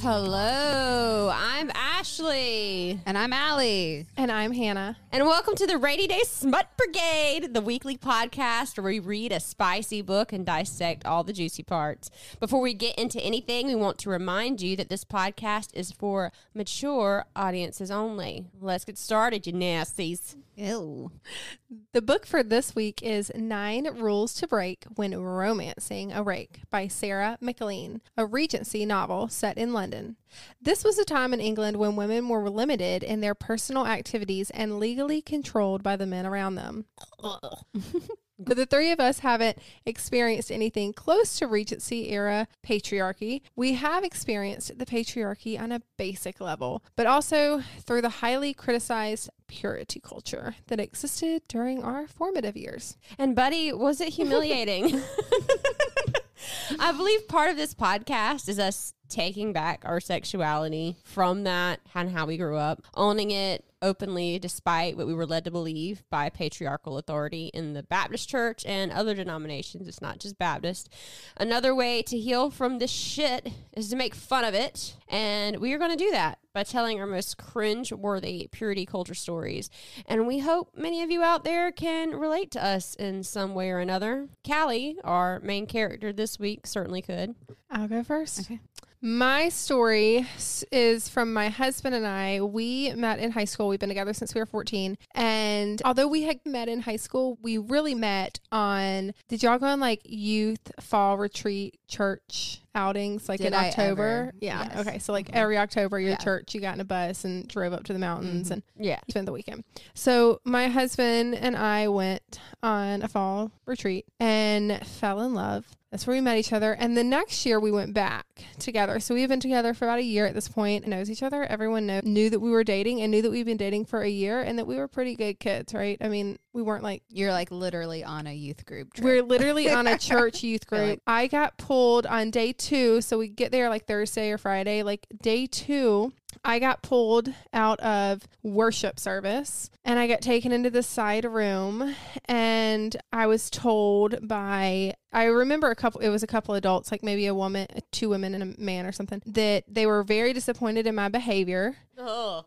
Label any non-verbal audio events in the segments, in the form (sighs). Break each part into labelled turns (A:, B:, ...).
A: Hello, I'm Ashley.
B: And I'm Allie.
C: And I'm Hannah.
A: And welcome to the Rainy Day Smut Brigade, the weekly podcast where we read a spicy book and dissect all the juicy parts. Before we get into anything, we want to remind you that this podcast is for mature audiences only. Let's get started, you nasties.
B: Ew.
C: The book for this week is Nine Rules to Break When Romancing a Rake by Sarah McLean, a Regency novel set in London. This was a time in England when women were limited in their personal activities and legally controlled by the men around them. But the three of us haven't experienced anything close to Regency era patriarchy. We have experienced the patriarchy on a basic level, but also through the highly criticized purity culture that existed during our formative years.
A: And, buddy, was it humiliating? (laughs) I believe part of this podcast is us taking back our sexuality from that and how we grew up, owning it openly despite what we were led to believe by patriarchal authority in the Baptist church and other denominations. It's not just Baptist. Another way to heal from this shit is to make fun of it. And we are going to do that by telling our most cringe worthy purity culture stories. And we hope many of you out there can relate to us in some way or another. Callie, our main character this week, certainly could.
C: I'll go first.
B: Okay.
C: My story s- is from my husband and I. We met in high school. We've been together since we were 14. And although we had met in high school, we really met on did y'all go on like youth fall retreat church outings like
B: Did
C: in
B: I
C: October?
B: ever?
C: Yeah.
B: Yes. Mm-hmm.
C: Okay. So like every October your
B: Yeah. Mm-hmm.
C: church you got in a bus and drove up to the mountains and
A: Yeah.
C: spent the weekend. So my husband and I went on a fall retreat and fell in love. That's where we met each other. And the next year we went back together. So we've been together for about a year at this point and knows each other. Everyone know, knew that we were dating and knew that we've been dating for a year and that we were pretty good kids, right? I mean, we weren't like
B: You're like literally on a youth group trip.
C: we're literally on a church youth
B: Really?
C: group. I got pulled on day two. So we get there like Thursday or Friday. Like day two, I got pulled out of worship service and I got taken into this side room. And I was told by, I remember a couple, it was a couple adults, like maybe a woman, uh, two women and a man or something, that they were very disappointed in my behavior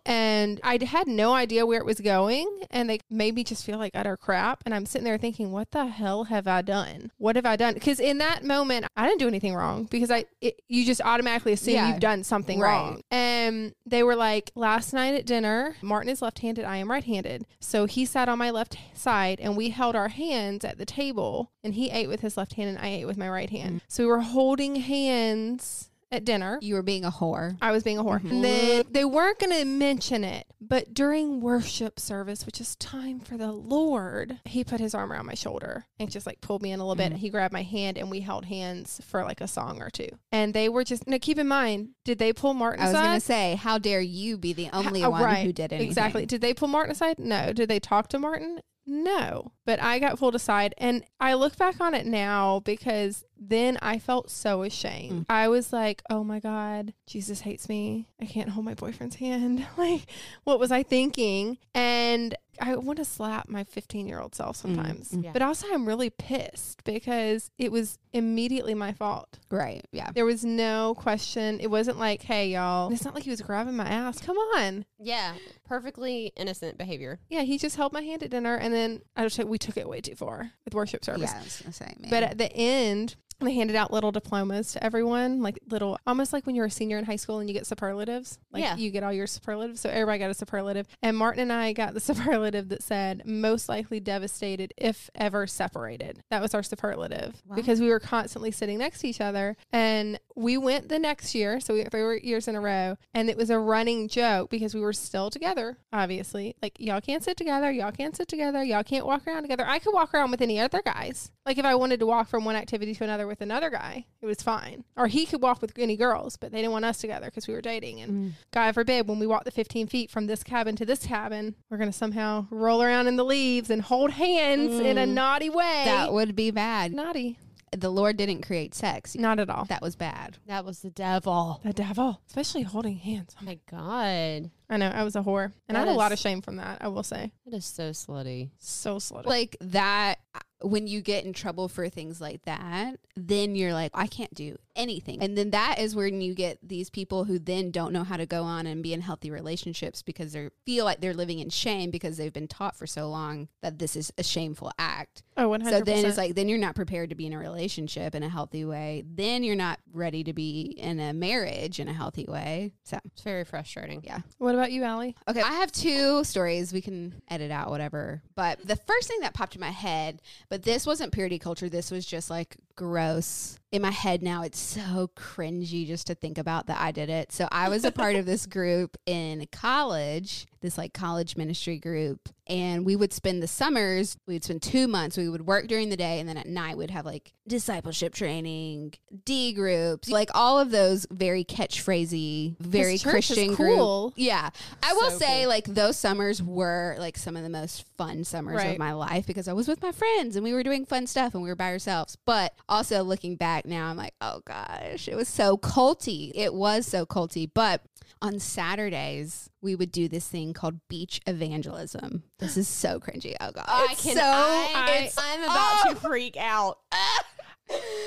C: and I d- had no idea where it was going. And they made me just feel like utter crap. And I'm sitting there thinking, what the hell have I done? What have I done? Because in that moment, I didn't do anything wrong because I, it, you just automatically assume
B: Yeah.
C: you've done something
B: Right.
C: wrong. And Um, they were like, last night at dinner, Martin is left handed, I am right handed. So he sat on my left side and we held our hands at the table and he ate with his left hand and I ate with my right hand.
B: Mm-hmm.
C: So we were holding hands at dinner.
B: you were being a whore.
C: I was being a whore.
B: Mm-hmm.
C: And then they weren't going to mention it, but during worship service, which is time for the Lord, he put his arm around my shoulder and just like pulled me in a little
B: Mm-hmm.
C: bit. He grabbed my hand and we held hands for like a song or two. And they were just, now keep in mind, did they pull Martin
B: I was going to
C: aside?
B: say, how dare you be the only
C: Uh,
B: one
C: right.
B: who did anything?
C: Exactly. Did they pull Martin aside? No. Did they talk to Martin? No. But I got pulled aside and I look back on it now because then I felt so
B: Mm.
C: ashamed. I was like, "Oh my god, Jesus hates me. I can't hold my boyfriend's hand." (laughs) like, what was I thinking? And I want to slap my 15-year-old self sometimes.
B: mm.
C: But also I'm really pissed because it was immediately my fault.
B: (laughs) Right. Yeah.
C: There was no question. It wasn't like, "Hey y'all." It's not like he was grabbing my ass. Come on.
A: Yeah. Perfectly innocent behavior.
C: Yeah, he just held my hand at dinner, and then I just we took it way too far with worship service.
B: Yeah. I was going to say, man.
C: But uh, at the end, they handed out little diplomas to everyone, like little, almost like when you're a senior in high school and you get superlatives. Like
A: Yeah.
C: you get all your superlatives. So everybody got a superlative, and Martin and I got the (laughs) superlative that said most likely devastated if ever separated. That was our superlative
B: Wow.
C: because we were constantly sitting next to each other, and we went the next year, so we went three years in a row, and it was a running joke because we were still together. Obviously, like y'all can't sit together, y'all can't sit together, y'all can't walk around together. I could walk around with any other guys. Like if I wanted to walk from one activity to another with another guy, it was fine. Or he could walk with any girls, but they didn't want us together because we were dating. And God forbid, when we walk the 15 feet from this cabin to this cabin, we're gonna somehow roll around in the leaves and hold hands in a naughty way.
B: that would be bad.
C: naughty,
B: The Lord didn't create sex.
C: not at all.
B: That was bad.
A: That was the devil.
C: the devil, especially holding hands.
A: Oh my God.
C: I know I was a whore, and I
A: That
C: had a lot of
A: is-
C: shame from that. I will say, uh,
A: That is so slutty.
C: so slutty.
B: Like that. uh, when you get in trouble for things like that, then you're like, I can't do anything. And then that is when you get these people who then don't know how to go on and be in healthy relationships because they feel like they're living in shame because they've been taught for so long that this is a shameful act.
C: Oh, 100%.
B: So then it's like, then you're not prepared to be in a relationship in a healthy way. Then you're not ready to be in a marriage in a healthy way. So,
A: It's very frustrating.
B: yeah.
C: what about you, Allie?
B: Okay, I have two stories. We can edit out whatever. But the first thing that popped in my head, but this wasn't purity culture. This was just like gross. In my head now, it's so cringy just to think about that I did it. So I was a part
C: (laughs)
B: of this group in college, this like college ministry group. And we would spend the summers, we would spend two months, we would work during the day. And then at night, we'd have like discipleship training, D groups, like all of those very catchphrasey, very
C: church is
B: Christian
C: cool.
B: group. Yeah. I will
A: So
B: say,
A: cool.
B: like, those summers were like some of the most fun summers
C: Right.
B: of my life because I was with my friends and we were doing fun stuff and we were by ourselves. But also looking back now, I'm like, oh gosh, it was so culty. It was so culty. But on Saturdays, we would do this thing called beach evangelism. This is so cringy. Oh god,
A: I
B: It's
A: can.
B: so
A: I,
B: it's-
A: I'm about to freak out.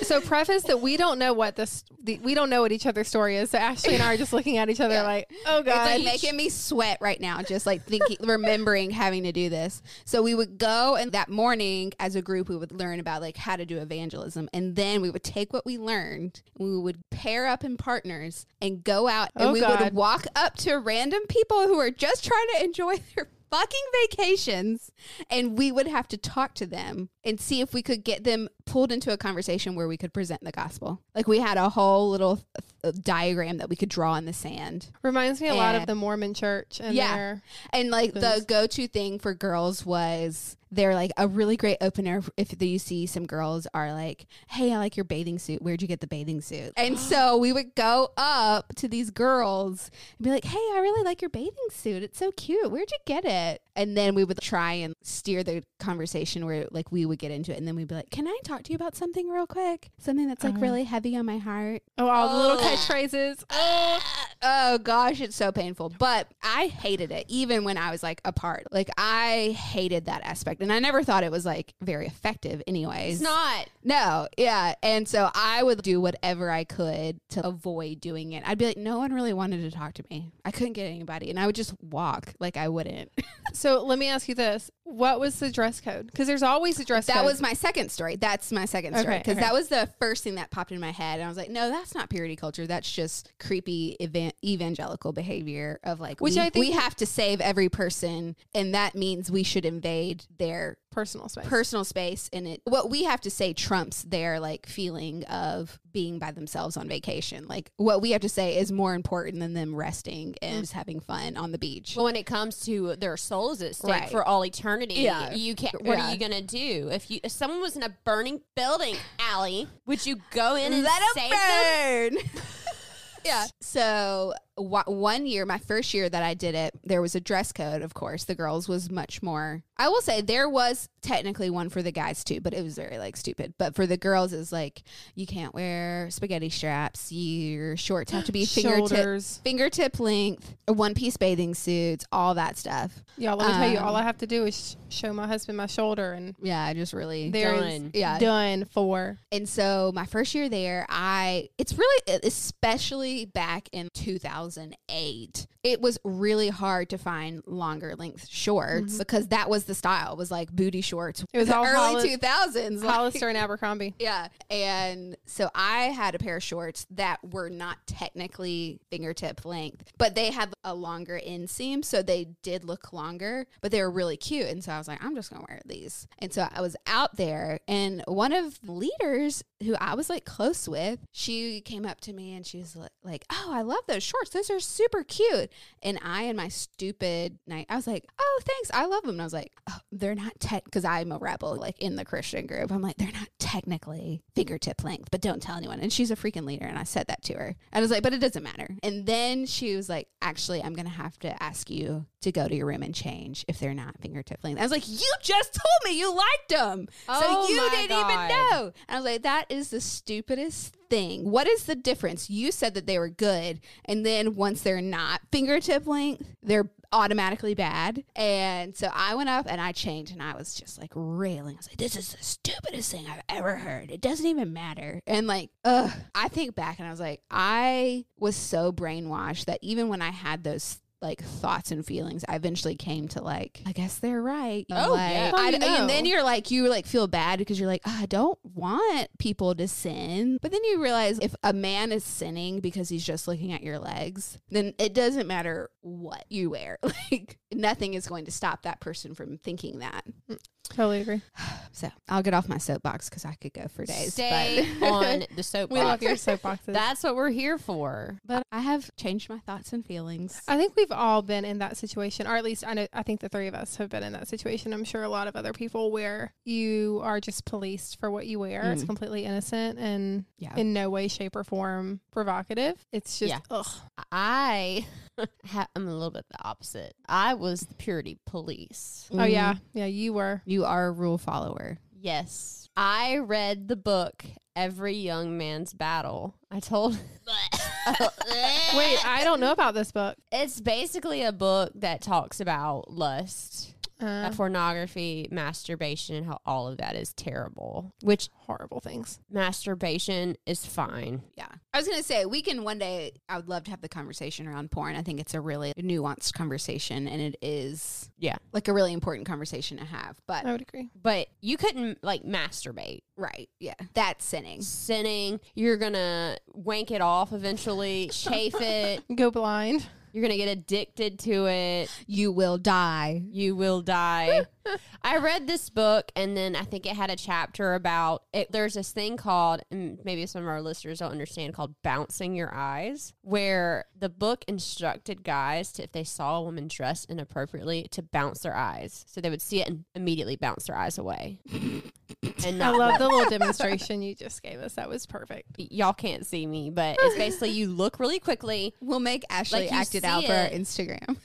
C: So preface that we don't know what this the, we don't know what each other's story is. So Ashley and I are just looking at each other (laughs)
B: Yeah.
C: like, oh god,
B: It's like making me sweat right now, just like thinking, remembering having to do this. So we would go, and that morning as a group, we would learn about like how to do evangelism, and then we would take what we learned, and we would pair up in partners and go out, and
C: Oh,
B: we
C: God.
B: would walk up to random people who are just trying to enjoy (laughs) their fucking vacations and we would have to talk to them and see if we could get them pulled into a conversation where we could present the gospel like we had a whole little uh, diagram that we could draw in the sand
C: reminds me a lot of
B: and-
C: the Mormon church and
B: Yeah.
C: their
B: and like the
C: Those-
B: go to thing for girls was they're like a really great opener if you see some girls are like, Hey, I like your bathing suit. Where'd you get the bathing suit? (gasps) And so we would go up to these girls and be like, Hey, I really like your bathing suit. It's so cute. Where'd you get it? And then we would try and steer the conversation where like we would get into it and then we'd be like, Can I talk to you about something real quick? Something that's like
C: Uh-huh.
B: really heavy on my heart.
C: oh all the little
A: Oh.
C: catchphrases.
B: (laughs) Oh gosh, it's so painful. But I hated it even when I was like apart. Like I hated that aspect and I never thought it was like very effective anyways.
A: It's not.
B: No, yeah. And so I would do whatever I could to avoid doing it. I'd be like no one really wanted to talk to me. I couldn't get anybody and I would just walk like I wouldn't.
C: So let me ask you this: What was the dress code? Because there's always a dress
B: that
C: code.
B: was my second story. That's my second story
C: Okay,
B: because
C: okay.
B: that was the first thing that popped in my head and I was like no, that's not purity culture. That's just creepy evan- evangelical behavior of like
C: Which
B: we,
C: I think-
B: we have to save every person and that means we should invade their
C: personal space.
B: personal space and it what we have to say trumps their like feeling of being by themselves on vacation. Like what we have to say is more important than them resting
C: Mm.
B: and just having fun on the beach.
A: But when it comes to their souls at stake
B: Right.
A: for all eternity,
B: Yeah.
A: you can't. What
B: Yeah.
A: are you gonna do if you if someone was in a burning building, Allie? Would you go in and save them?
B: (laughs) burn. yeah. So wa one year, my first year that I did it, there was a dress code. Of course, the girls was much more. I will say there was technically one for the guys too, but it was very like stupid. But for the girls, it's like you can't wear spaghetti straps. Your shorts have to
C: (gasps)
B: be fingertip
C: Shoulders.
B: fingertip length. One piece bathing suits, all that stuff.
C: Yeah, let me tell you,
B: Um,
C: all I have to do is sh- show my husband my shoulder, and
B: Yeah, I just really
C: there is
A: Done.
B: yeah
C: done for.
B: And so my first year there, I it's really e, especially back in 2008. It was really hard to find longer length shorts because that was the style. Was like booty shorts.
C: It was
B: the
C: all
B: early
C: Hollis-
B: 2000s. like-
C: Hollister and Abercrombie.
B: yeah. And so I had a pair of shorts that were not technically fingertip length, but they had a longer inseam. So they did look longer, but they were really cute. And so I was like, I'm just going to wear these. And so I was out there, and one of the leaders who I was like close with, she came up to me and she was li- like, Oh, I love those shorts. Those are super cute. And I, in my stupid night, I was like, Oh, thanks. I love them. And I was like, oh, They're not tech, because I'm a rebel, like in the Christian group. I'm like, They're not technically fingertip length, but don't tell anyone. And she's a freaking leader. And I said that to her. I was like, But it doesn't matter. And then she was like, Actually, I'm going to have to ask you to go to your room and change if they're not fingertip length. I was like, You just told me you liked them.
A: Oh
B: so you
A: my
B: didn't
A: God.
B: even know. And I was like, that is the stupidest thing. What is the difference? You said that they were good, and then once they're not fingertip length, they're automatically bad. And so I went up and I changed and I was just like railing. I was like, this is the stupidest thing I've ever heard. It doesn't even matter. And like, ugh, I think back and I was like, I was so brainwashed that even when I had those like thoughts and feelings, I eventually came to like, I guess they're right.
A: Oh,
B: Like,
A: yeah.
C: Oh,
B: I-
C: you know.
B: And then you're like, you like feel bad because you're like, "Ah, I don't want people to sin. But then you realize if a man is sinning because he's just looking at your legs, then it doesn't matter what you wear. (laughs) Like nothing is going to stop that person from thinking that.
C: Totally agree.
B: So I'll get off my soapbox because I could go for days.
A: Stay on the soapbox.
C: We love your soapboxes.
A: (laughs) That's what we're here for.
B: (laughs) But, but I have changed my thoughts and feelings.
C: I think we've all been in that situation, or at least I know I think the three of us have been in that situation. I'm sure a lot of other people where you are just policed for what you wear. It's
B: Mm.
C: completely innocent and
B: Yeah.
C: in no way, shape, or form provocative. It's just
A: Yeah.
C: ugh.
A: I (laughs) ha- I'm a little bit the opposite. I was the purity police.
C: Oh yeah, yeah. You were.
B: You are a rule follower.
A: Yes. I read the book Every Young Man's Battle. I told (laughs)
C: Wait, I don't know about this book.
A: It's basically a book that talks about lust,
C: Uh,
A: pornography, masturbation, and how all of that is terrible. Which
C: horrible things.
A: masturbation is fine.
B: Yeah. I was going to say, we can one day, I would love to have the conversation around porn. I think it's a really nuanced conversation and it is
A: Yeah.
B: like a really important conversation to have. But
C: I would agree.
A: But you couldn't like masturbate.
B: right. Yeah. That's sinning.
A: Sinning, you're gonna wank it off eventually, chafe it,
C: Go blind.
A: you're gonna get addicted to it.
B: You will die.
A: you will die. I read this book, and then I think it had a chapter about it. There's this thing called, and maybe some of our listeners don't understand, called bouncing your eyes, where the book instructed guys to, if they saw a woman dressed inappropriately, to bounce their eyes. So they would see it and immediately bounce their eyes
C: (laughs)
A: away. and
C: I
A: not
C: love the little demonstration you just gave us. That was perfect.
A: y'all can't see me, but it's basically you look really quickly,
B: We'll make Ashley
A: Like, you
B: act it
A: see
B: out for our
A: it.
B: Instagram.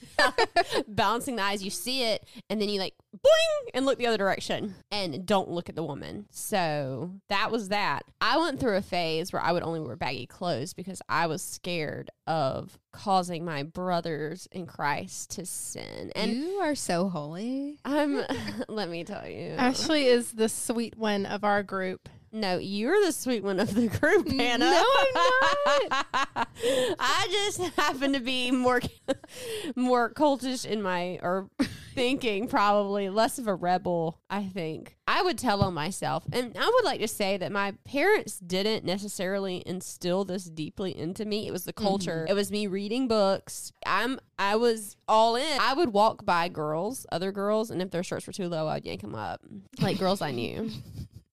A: bouncing the eyes, you see it, and then you like boing and look the other direction and don't look at the woman. So that was that. I went through a phase where I would only wear baggy clothes because I was scared of causing my brothers in Christ to sin. And
B: you are so holy.
A: I'm, (laughs) let me tell you,
C: Ashley is the sweet one of our group.
A: no, you're the sweet one of the group, Hannah.
C: No,
A: (laughs) I'm not. I just happen to be more, more cultish in my or (laughs) thinking, probably less of a rebel. I think I would tell on myself, and I would like to say that my parents didn't necessarily instill this deeply into me. It was the culture. It was me reading books. I'm, I was all in. I would walk by girls, other girls, and if their shirts were too low, I'd yank them up, like girls I knew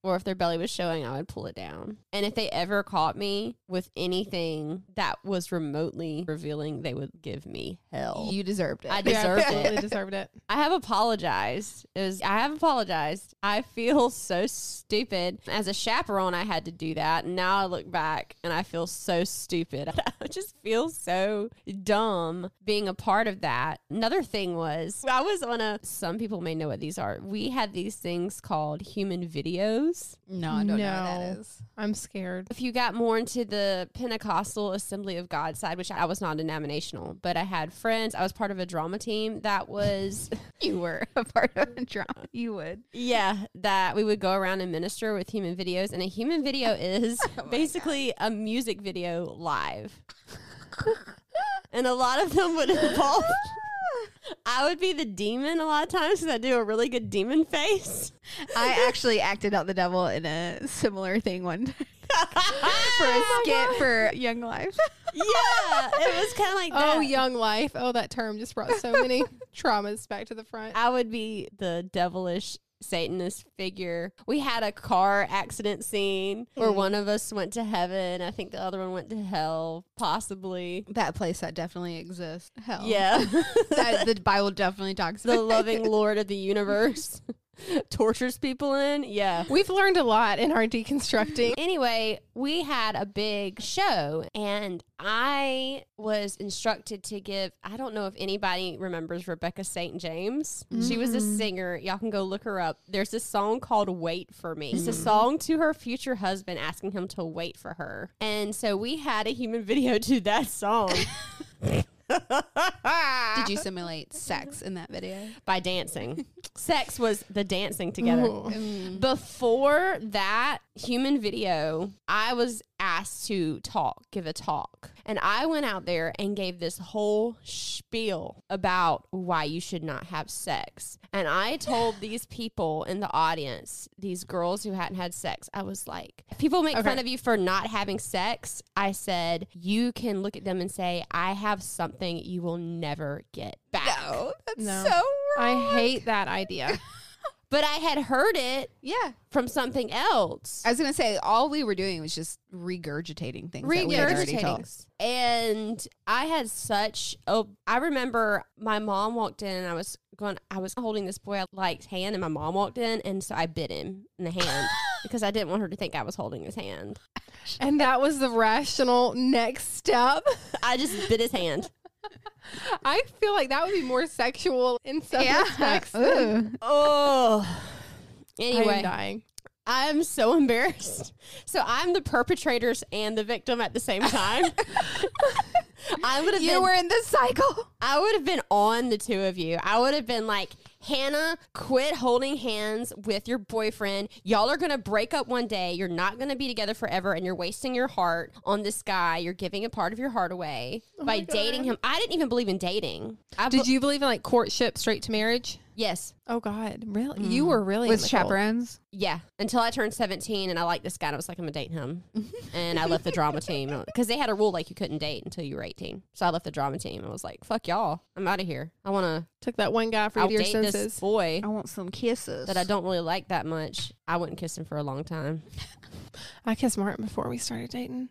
A: or if their belly was showing, I would pull it down. And if they ever caught me with anything that was remotely revealing, they would give me hell.
B: You deserved it.
A: I deserved
C: yeah,
A: it.
C: absolutely deserved it.
A: I have apologized. It was I have apologized. I feel (laughs) so stupid. As a chaperone, I had to do that. And now I look back and I feel so stupid. (laughs) I just feel so dumb being a part of that. Another thing was I was on a some people may know what these are. We had these things called human videos.
B: (laughs) no, I don't know what that
C: No.
B: is. (laughs)
C: I'm scared.
A: If you got more into the Pentecostal Assembly of God side, which I was non denominational, but I had friends, I was part of a drama team that was,
B: (laughs) You were a part of a drama. (laughs) You would.
A: yeah, that we would go around and minister with human videos. And a human
B: (laughs) Oh
A: video is basically a music video
B: (laughs)
A: live. and a lot of them would
B: (laughs)
A: involve. I would be the demon a lot of times because I do a really good demon face.
B: I actually acted out the devil in a similar thing one (laughs) time
A: (laughs)
B: for a skit for Young Life.
A: Yeah, it was kind of like that.
C: Oh, young life. Oh, that term just brought so (laughs) many traumas back to the front.
A: I would be the devilish Satanist figure. We had a car accident scene where one of us went to heaven. I think the other one went to hell, possibly.
B: That place that definitely exists. Hell.
A: Yeah.
B: that the Bible definitely talks
A: the
B: about.
A: loving Lord of the universe (laughs) tortures people in. Yeah.
C: We've learned a lot in our deconstructing.
A: Anyway, we had a big show and I was instructed to give I don't know if anybody remembers Rebecca St. James. She was a singer. Y'all can go look her up. There's this song called Wait for Me. It's a song to her future husband asking him (laughs) to wait for her. And so we had a human video to that song.
B: Did you simulate (laughs) sex in that video?
A: by dancing. Sex was the dancing together.
C: Ooh.
A: Before that human video, I was asked to talk, give a talk. And I went out there and gave this whole spiel about why you should not have sex. And I told these people in the audience, these girls who hadn't had sex, I was like, people make fun
C: Okay.
A: of you for not having sex. I said, you can look at them and say, I have something you will never get back.
B: No, that's
C: No.
B: so wrong.
C: I hate that idea.
A: But I had heard it
B: yeah,
A: from something else.
B: I was gonna say all we were doing was just regurgitating things. That we had already told.
A: regurgitating. And I had such oh I remember my mom walked in and I was going I was holding this boy I liked's hand and my mom walked in and so I bit him in the
B: (laughs)
A: hand because I didn't want her to think I was holding his hand.
C: and that was the rational next step.
A: I just bit his
B: (laughs)
A: hand.
C: (laughs) I feel like that would be more sexual in some respects. than-
B: (laughs) Ooh.
A: Oh
C: I am
A: anyway.
C: dying.
A: I'm so embarrassed. So I'm the perpetrators and the victim at the same
B: (laughs)
A: time. (laughs) I would have
B: You
A: been
B: were in the cycle.
A: I would have been on the two of you. I would have been like, Hannah, quit holding hands with your boyfriend. Y'all are going to break up one day. You're not going to be together forever, and you're wasting your heart on this guy. You're giving a part of your heart away by dating him. I didn't even believe in dating. I
C: Oh Did you believe in like courtship straight to marriage?
A: Yes.
C: Oh God, really? Mm. You were really in
B: With
C: the cult.
B: chaperones.
A: Yeah. Until I turned 17 and I liked this guy, and I was like, I'm going to date
C: (laughs)
A: him. and I left the drama team because they had a rule like you couldn't date until you were 18. So I left the drama team and was like, fuck y'all. I'm out of here. I want to
C: Took that one guy for
A: I'll
C: your
A: date this
C: senses.
A: boy.
B: I want some kisses.
A: that I don't really like that much, I wouldn't kiss him for a long time.
C: I kissed Martin before we started dating.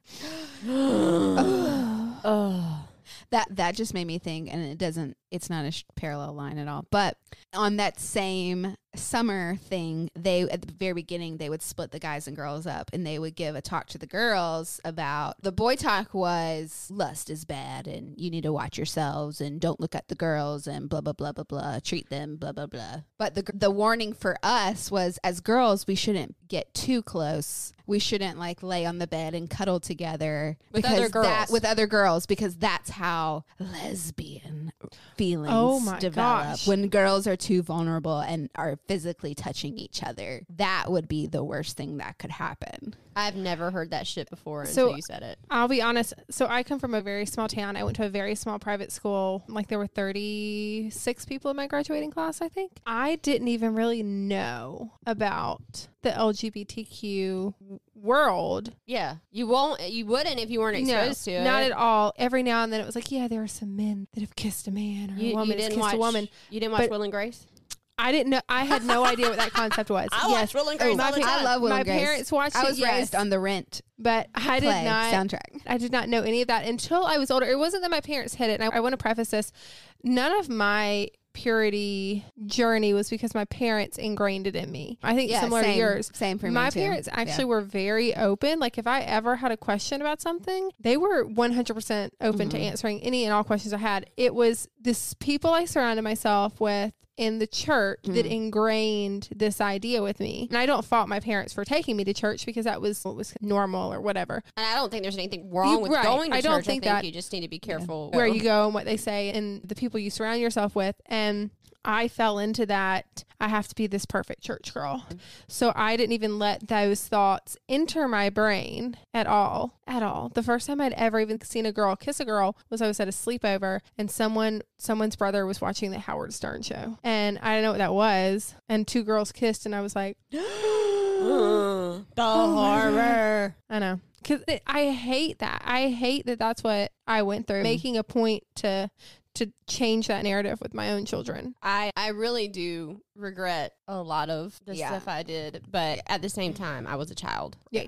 A: Oh,
B: that that just made me think and it doesn't it's not a sh- parallel line at all but on that same summer thing they at the very beginning they would split the guys and girls up and they would give a talk to the girls about the boy talk was lust is bad and you need to watch yourselves and don't look at the girls and blah blah blah blah blah treat them blah blah blah but the gr- the warning for us was as girls we shouldn't get too close we shouldn't like lay on the bed and cuddle together
A: With other
B: because that,
A: girls.
B: with other girls because that's how lesbian feelings
C: Oh my
B: develop
C: gosh.
B: when girls are too vulnerable and are physically touching each other that would be the worst thing that could happen
A: I've never heard that shit before
C: So-
A: until you said it.
C: I'll be honest. So I come from a very small town. I went to a very small private school. Like there were 36 people in my graduating class, I think. I didn't even really know about the LGBTQ world.
A: Yeah, you won't. You wouldn't if you weren't exposed to it.
C: not at all. Every now and then it was like, yeah, there are some men that have kissed a man or
A: You,
C: a
A: you
C: woman that's
A: didn't
C: kissed
A: watch
C: a woman.
A: You didn't watch
C: But-
A: Will and Grace.
C: I didn't know. I had no idea what that concept was.
A: (laughs) I watch Will and
C: Oh,
A: Grace
C: my
A: all the
C: pa-
A: time.
B: I love Will
C: my
B: and Grace.
C: parents watched
B: i
C: it,
B: was
C: yes,
B: raised on the rent
C: but I did
B: play
C: not. (gasps)
B: soundtrack (gasps)
C: I did not know any of that until I was older. It wasn't that my parents hid it. And I, I want to preface this none of my purity journey was because my parents ingrained it in me. I think
B: yeah
C: similar
B: same,
C: to yours.
B: same for me
C: my
B: too.
C: parents
B: Yeah.
C: actually were very open. Like, if I ever had a question about something, they were 100% open
B: Mm-hmm.
C: to answering any and all questions I had. It was this people I surrounded myself with in the church
B: Mm-hmm.
C: that ingrained this idea with me. And I don't fault my parents for taking me to church because that was what was normal or whatever.
A: And I don't think there's anything wrong
C: You-
A: with
C: right.
A: going to
C: I
A: church.
C: don't
A: I
C: think
A: think
C: that-
A: you just need to be careful
C: where you go and what they say and the people you surround yourself with. And I fell into that. I have to be this perfect church girl. So I didn't even let those thoughts enter my brain at all. At all. The first time I'd ever even seen a girl kiss a girl was I was at a sleepover and someone someone's brother was watching the Howard Stern show. And I didn't know what that was. And two girls kissed and I was like,
A: the
C: Oh
A: horror.
C: I know. Cause it, I hate that. I hate that. That's what I went through. Making a point to to change that narrative with my own children.
A: I, I really do regret a lot of the
B: Yeah.
A: stuff I did, but at the same time, I was a child.
B: yeah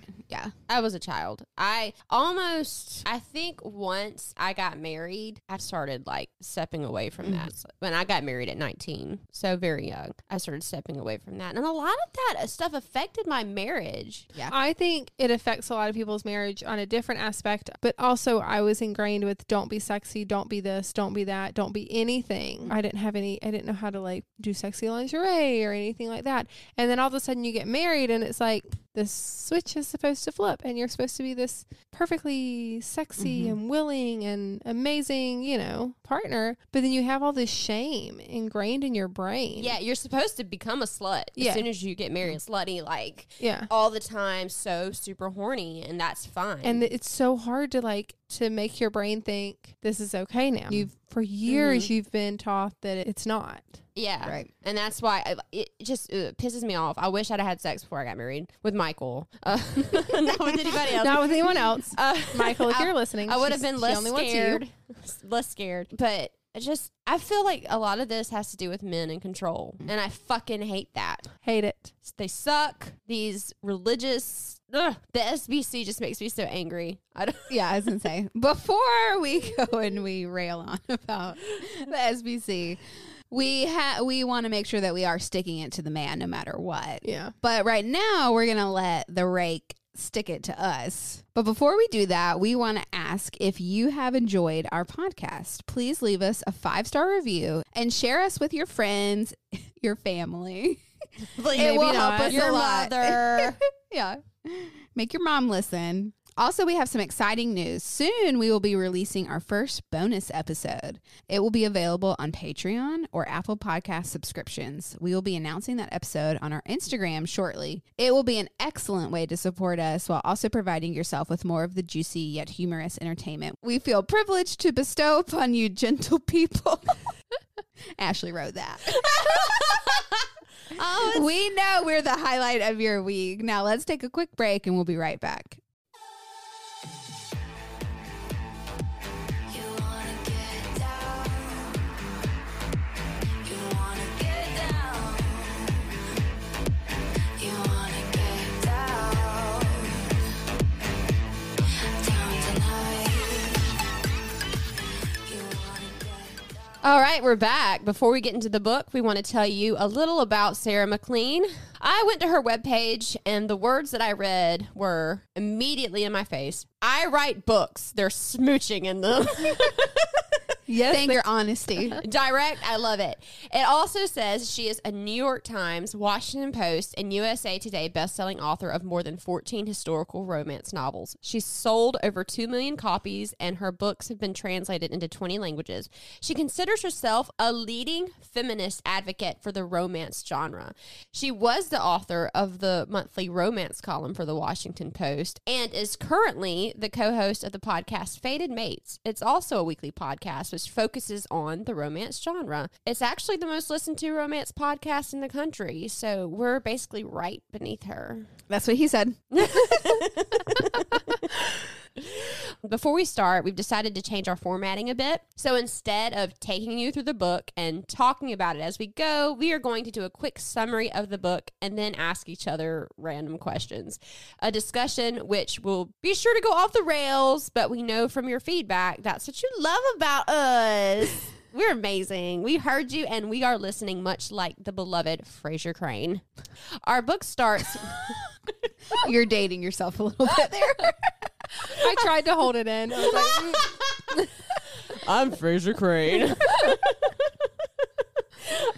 A: I was a child. I almost, I think once I got married, I started like stepping away from
B: Mm-hmm.
A: that. When I got married at 19, so very young, I started stepping away from that. And a lot of that stuff affected my marriage.
B: Yeah.
C: I think it affects a lot of people's marriage on a different aspect, but also I was ingrained with don't be sexy, don't be this, don't be that, don't be anything. I didn't have any I didn't know how to like do sexy lingerie. lingerie or anything like that. And then all of a sudden you get married and it's like the switch is supposed to flip and you're supposed to be this perfectly sexy
B: Mhm.
C: and willing and amazing, you know, partner. But then you have all this shame ingrained in your brain.
A: Yeah, you're supposed to become a slut
C: Yeah.
A: as soon as you get married.
B: Mm-hmm.
A: Slutty, like
C: Yeah.
A: all the time, so super horny, and that's fine.
C: And it's so hard to like to make your brain think this is okay now. You've for years
B: Mm-hmm.
C: you've been taught that it's not.
A: yeah,
B: Right.
A: And that's why I, it just uh, pisses me off. I wish I'd had sex before I got married with Michael, uh, (laughs) not with anybody else.
C: Not with anyone
B: (laughs)
C: else.
A: (laughs) Uh,
C: Michael, if
A: I-
C: you're listening,
A: I would have
C: she's-
A: been
C: she
A: less
C: only wants you.
A: scared. Less scared. But I just, I feel like a lot of this has to do with men and control. And I fucking hate that.
C: Hate it.
A: They suck. These religious, ugh, the SBC just makes me so angry. I don't,
B: Yeah, I was gonna say (laughs) before we (laughs) go and we rail on about the SBC, we ha- we want to make sure that we are sticking it to the man no matter what.
C: Yeah.
B: But right now, we're going to let the rake stick it to us. But before we do that, we want to ask if you have enjoyed our podcast. Please leave us a five star review and share us with your friends, (laughs) your family.
A: Maybe
B: will help
A: not.
B: us a
A: Your (laughs)
B: lot.
A: mother.
B: yeah. (laughs) Make your mom listen. Also, we have some exciting news. Soon we will be releasing our first bonus episode. It will be available on Patreon or Apple Podcast subscriptions. We will be announcing that episode on our Instagram shortly. It will be an excellent way to support us while also providing yourself with more of the juicy yet humorous entertainment we feel privileged to bestow upon you, gentle people. (laughs) Ashley wrote that. we know we're the highlight of your week. Now let's take a quick break and we'll be right back.
D: You wanna get down. You wanna get down. You wanna get down. Down tonight. You wanna get down.
A: All right, we're back. Before we get into the book, we want to tell you a little about Sarah McLean. I went to her webpage and the words that I read were immediately in my face. I write books. They're smooching in them. (laughs)
B: Yes. Thank your honesty.
A: Direct, I love it. It also says she is a New York Times, Washington Post, and USA Today bestselling author of more than 14 historical romance novels. She's sold over 2 million copies, and her books have been translated into 20 languages. She considers herself a leading feminist advocate for the romance genre. She was the author of the monthly romance column for the Washington Post and is currently the co host of the podcast Faded Mates. It's also a weekly podcast which focuses on the romance genre. It's actually the most listened to romance podcast in the country, so we're basically right beneath her.
B: (laughs) That's what he (laughs) said.
A: Before we start, we've decided to change our formatting a bit. So instead of taking you through the book and talking about it as we go, we are going to do a quick summary of the book and then ask each other random questions. A discussion which will be sure to go off the rails, but we know from your feedback that's what you love about us. We're amazing. We heard you and we are listening much like the beloved Fraser Crane. Our book starts
B: You're dating yourself a little bit (laughs) there.
C: (laughs) I tried to hold it in. I was like, mm,
A: I'm Fraser Crane.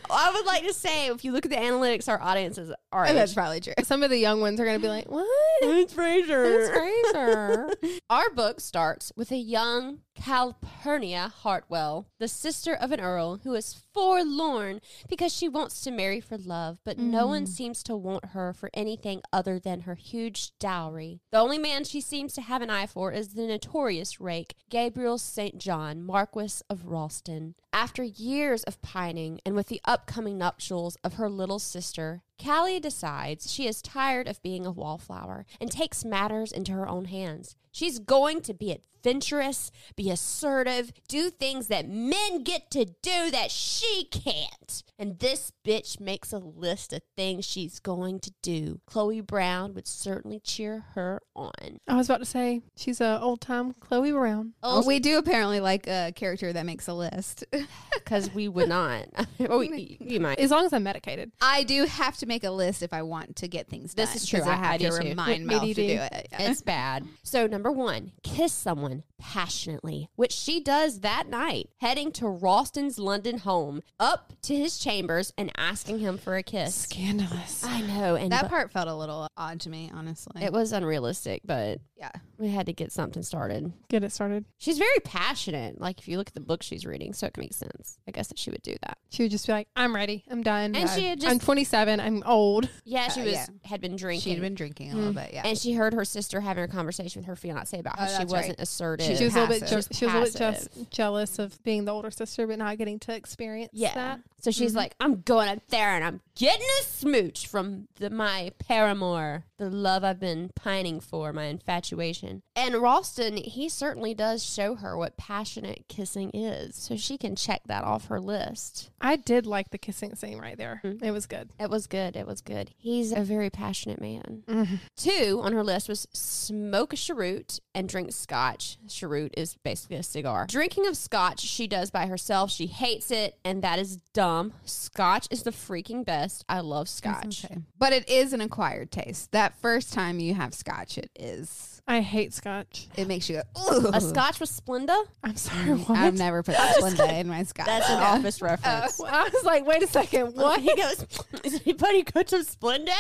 A: I would like to say, if you look at the analytics, our audiences are
B: That's probably true.
C: some of the young ones are going to be like, what?
A: it's Fraser.
C: That's Fraser.
A: (laughs) Our book starts with a young Calpurnia Hartwell, the sister of an earl who is forlorn because she wants to marry for love, but no one
C: Mm.
A: seems to want her for anything other than her huge dowry. The only man she seems to have an eye for is the notorious rake, Gabriel St. John, Marquis of Ralston. After years of pining and with the upcoming nuptials of her little sister, Callie decides she is tired of being a wallflower and takes matters into her own hands. She's going to be adventurous, be assertive, do things that men get to do that she can't. And this bitch makes a list of things she's going to do. Chloe Brown would certainly cheer her on. (laughs)
C: I was about to say, she's a old time Chloe Brown.
A: Oh,
B: we do apparently like a character that makes a list. (laughs)
A: because we would (laughs) not. oh, we- you might.
C: As long as I'm medicated.
B: I do have to make a list if I want to get things
A: This
B: done.
A: is true.
B: 'cause
A: I-
B: I have
A: I
B: to
A: do too.
C: Me- me
B: remind myself to
C: do.
B: do it.
A: (laughs)
B: Yeah.
A: It's bad. So, number one, kiss someone passionately, which she does that night, heading to Ralston's London home home up to his chambers and asking him for a kiss.
C: Scandalous.
A: I know, and
B: That
A: bu-
B: part felt a little odd to me, honestly.
A: it was unrealistic, but
B: yeah.
A: we had to get something started.
C: Get it started.
A: She's very passionate. Like if you look at the book she's reading, so it makes sense. I guess that she would do that.
C: She would just be like, I'm ready. I'm done.
A: And she had just-
C: I'm 27. I'm old.
A: Yeah, she
B: Uh,
A: was
B: yeah.
A: had been drinking.
B: She'd been drinking Mm. a little bit, yeah.
A: and she heard her sister having a conversation with her fiance about
B: Oh,
A: how she
B: that's
A: wasn't
B: right.
A: assertive.
B: She
C: She was a little bit
B: Passive.
C: je- she was a little bit
A: Passive.
C: je- jealous of being the older sister, but not getting to experience
A: yeah.
C: that.
A: So she's like, I'm going up there and I'm getting a smooch from the, my paramour, the love I've been pining for, my infatuation. And Ralston, he certainly does show her what passionate kissing is. So she can check that off her list.
C: I did like the kissing scene right there. It was good.
A: It was good. It was good. He's a very passionate man.
B: Mm-hmm.
A: Two on her list was smoke a cheroot and drink scotch. Cheroot is basically a cigar. Drinking of scotch she does by herself. She hates it, and that is dumb. Scotch is the freaking best. I love scotch.
B: Okay. But it is an acquired taste. That first time you have scotch, it is.
C: I hate scotch.
B: It makes you go, ooh.
A: A scotch with Splenda?
C: I'm sorry. What?
B: Mm, I've never (laughs) put Splenda in my scotch.
A: That's an
B: (laughs) Yeah.
A: office reference.
B: (laughs)
C: Well, (laughs) I was like, wait a second. What?
A: What? He goes, (laughs) Is anybody good to Splenda?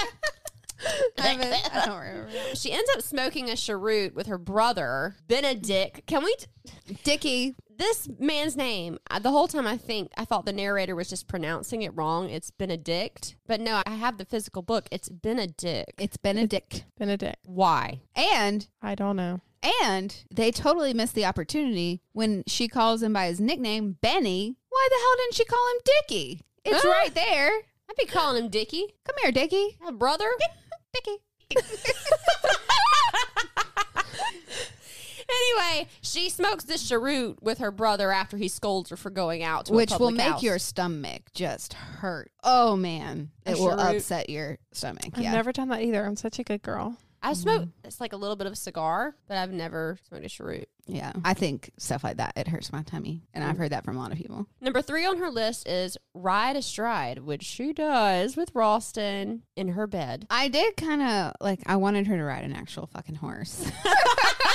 B: I, haven't- I don't remember.
A: (laughs) she ends up smoking a cheroot with her brother, Benedict. Can we. T-
B: Dickie.
A: this man's name I- the whole time i think i thought the narrator was just pronouncing it wrong it's benedict but no i have the physical book it's benedict
B: It's Benedict.
C: Benedict.
A: why
B: And
C: I don't know.
B: and they totally missed the opportunity when she calls him by his nickname, Benny. Why the hell didn't she call him Dickie? It's
A: Huh?
B: right there.
A: i'd be calling him dickie
B: Come here, Dickie.
A: my brother
B: (laughs) Dickie.
A: anyway she smokes this cheroot with her brother after he scolds her for going out to a
B: Which will
A: public
B: make
A: house.
B: your stomach just hurt. Oh man,
A: A
B: it will
A: cheroot.
B: upset your stomach.
C: I've
B: yeah.
C: never done that either. I'm such a good girl.
A: i smoke
B: Mm-hmm.
A: it's like a little bit of a cigar but i've never smoked a cheroot
B: Yeah, Mm. I think stuff like that it hurts my tummy, and I've heard that from a lot of people.
A: Number three on her list is ride astride, which she does with Ralston in her bed.
B: I did kind of like I wanted her to ride an actual fucking horse. (laughs)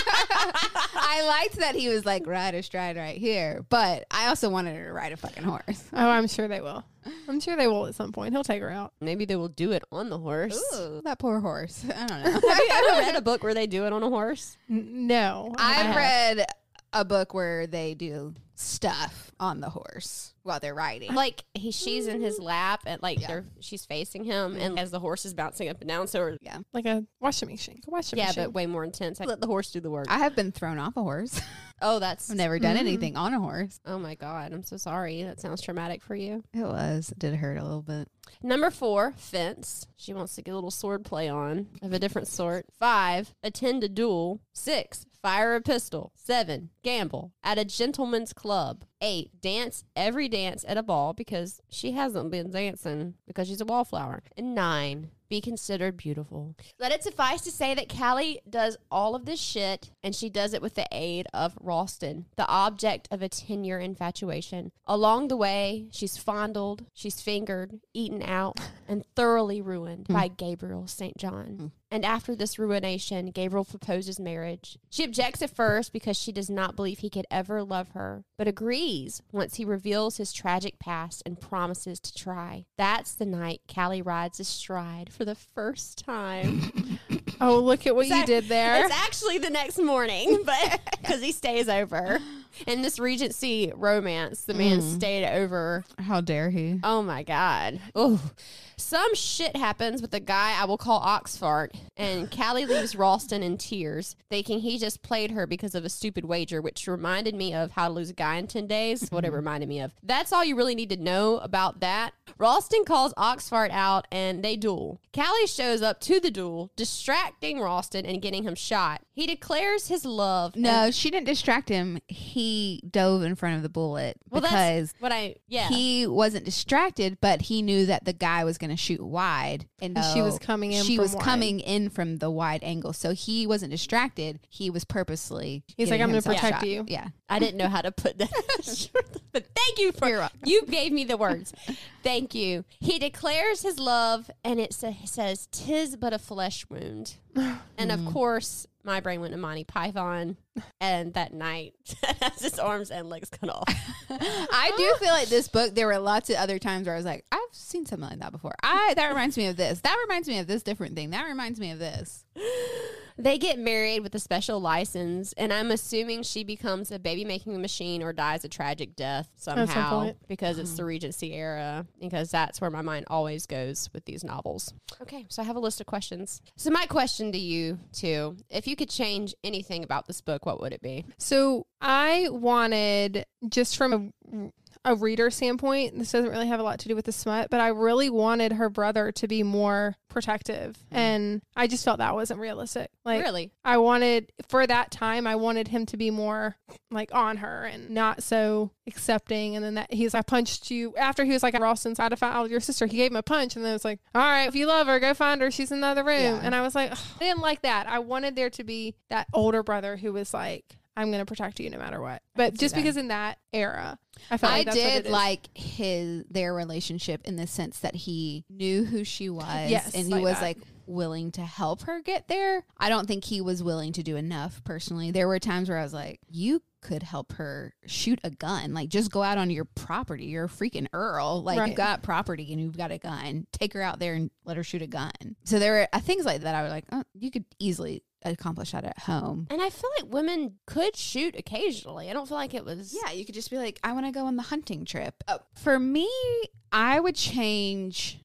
B: I liked that he was like ride astride right here, but I also wanted her to ride a fucking horse. (laughs)
C: Oh, I'm sure they will. I'm sure they will at some point. He'll take her out.
A: Maybe they will do it on the horse.
B: That poor horse. I don't
A: (laughs)
B: know.
A: Have you ever read a book where they do it on a horse?
C: N- no.
B: I've read a book where they do stuff on the horse while they're riding.
A: Like he, she's in his lap, and like they're, she's facing him, and as the horse is bouncing up and down, so her-
C: Like a washing machine. A washing
A: yeah,
C: machine.
A: but way more intense. Like, let the horse do the work.
B: I have been thrown off a horse.
A: oh, that's
B: I've never done anything on a horse.
A: oh my god, I'm so sorry. That sounds traumatic for you.
B: It was. It did hurt a little bit.
A: Number four, fence. She wants to get a little sword play on of a different sort. Five, attend a duel. Six, fire a pistol. Seven, gamble at a gentleman's club. Eight, dance every dance at a ball because she hasn't been dancing because she's a wallflower. And nine, be considered beautiful. Let it suffice to say that Callie does all of this shit, and she does it with the aid of Ralston, the object of a 10 year infatuation. Along the way, she's fondled, she's fingered, eaten out, and thoroughly ruined by Gabriel St. John. And after this ruination, Gabriel proposes marriage. She objects at first because she does not believe he could ever love her, but agrees once he reveals his tragic past and promises to try. That's the night Callie rides astride for the first time.
C: oh, look at what
A: It's
C: you
A: ac-
C: did there.
A: It's actually the next morning, (laughs) but because he stays over. In this Regency romance, the man stayed over.
B: How dare he?
A: Oh my God. Oh, some shit happens with a guy I will call Oxfart, and Callie leaves Ralston in tears, thinking he just played her because of a stupid wager, which reminded me of How to Lose a Guy in 10 Days,
B: (laughs)
A: what it reminded me of. That's all you really need to know about that. Ralston calls Oxfart out, and they duel. Callie shows up to the duel, distracting Ralston and getting him shot. He declares his love.
B: No, she didn't distract him. He dove in front of the bullet
A: Well,
B: because
A: that's what I, yeah.
B: he wasn't distracted, but he knew that the guy was going to shoot wide, and Oh.
C: And she was coming in
B: She
C: from
B: was
C: wide.
B: coming in from the wide angle, so he wasn't distracted. He was purposely.
C: He's like,
B: getting
C: "I'm gonna
B: himself
C: protect
B: shot."
C: you. (laughs)
B: Yeah,
A: I didn't know how to put that. but thank you for
B: You're welcome.
A: you gave me the words. Thank you. He declares
B: (sighs) Mm.
A: his love, and it sa- says, "Tis but a flesh wound," and of course, My brain went to Monty Python, and that night (laughs) has his arms and legs cut off.
B: I do feel like this book. There were lots of other times where I was like, I've seen something like that before. I that reminds me of this. That reminds me of this different thing. That reminds me of this.
A: They get married with a special license, and I'm assuming she becomes a baby making machine or dies a tragic death
C: some
A: somehow
C: point. Uh-huh.
A: because it's the Regency era, because that's where my mind always goes with these novels. Okay, so I have a list of questions. So, my question to you, too if you could change anything about this book, what would it be?
C: So I wanted just from a a reader standpoint, this doesn't really have a lot to do with the smut, but I really wanted her brother to be more protective. And I just felt that wasn't realistic. Like
A: really?
C: I wanted for that time I wanted him to be more like on her and not so accepting and then that he's I punched you after he was like we're all inside to fight out your sister he gave him a punch and then it was like all right if you love her go find her she's in the other room
B: Yeah.
C: and I was like I didn't like that I wanted there to be that older brother who was like I'm gonna protect you no matter what but
B: see
C: just
B: that.
C: because in that era I felt like
B: I
C: that's what it
B: did
C: is.
B: like his their relationship in the sense that he knew who she was,
C: Yes,
B: and he
C: like
B: was
C: that.
B: like willing to help her get there. I don't think he was willing to do enough personally. There were times where I was like, you could help her shoot a gun. Like just go out on your property. You're a freaking earl. Like
C: Right.
B: you've got property and you've got a gun. Take her out there and let her shoot a gun. So there were uh, things like that I was like, oh, you could easily accomplish that at home.
A: And I feel like women could shoot occasionally. I don't feel like it was.
B: Yeah, you could just be like, I want to go on the hunting trip. Uh, for me, I would change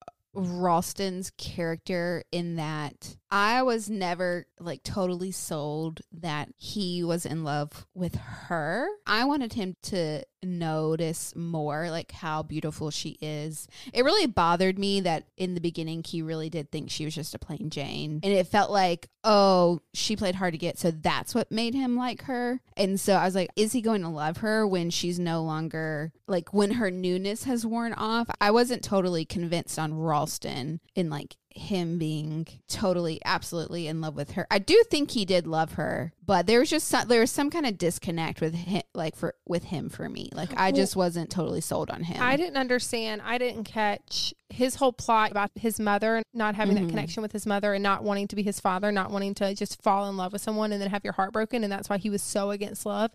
B: Ralston's character in that I was never like totally sold that he was in love with her. I wanted him to notice more like how beautiful she is. It really bothered me that in the beginning he really did think she was just a plain Jane. And it felt like, oh, she played hard to get, so that's what made him like her. And so I was like, is he going to love her when she's no longer like when her newness has worn off? I wasn't totally convinced on Ralston in like him being totally absolutely in love with her. I do think he did love her, but there was just some, there was some kind of disconnect with him like for with him for me. Like I just wasn't totally sold on him.
C: I didn't understand. I didn't catch his whole plot about his mother and not having
B: Mhm.
C: that connection with his mother and not wanting to be his father, not wanting to just fall in love with someone and then have your heart broken. And that's why he was so against love.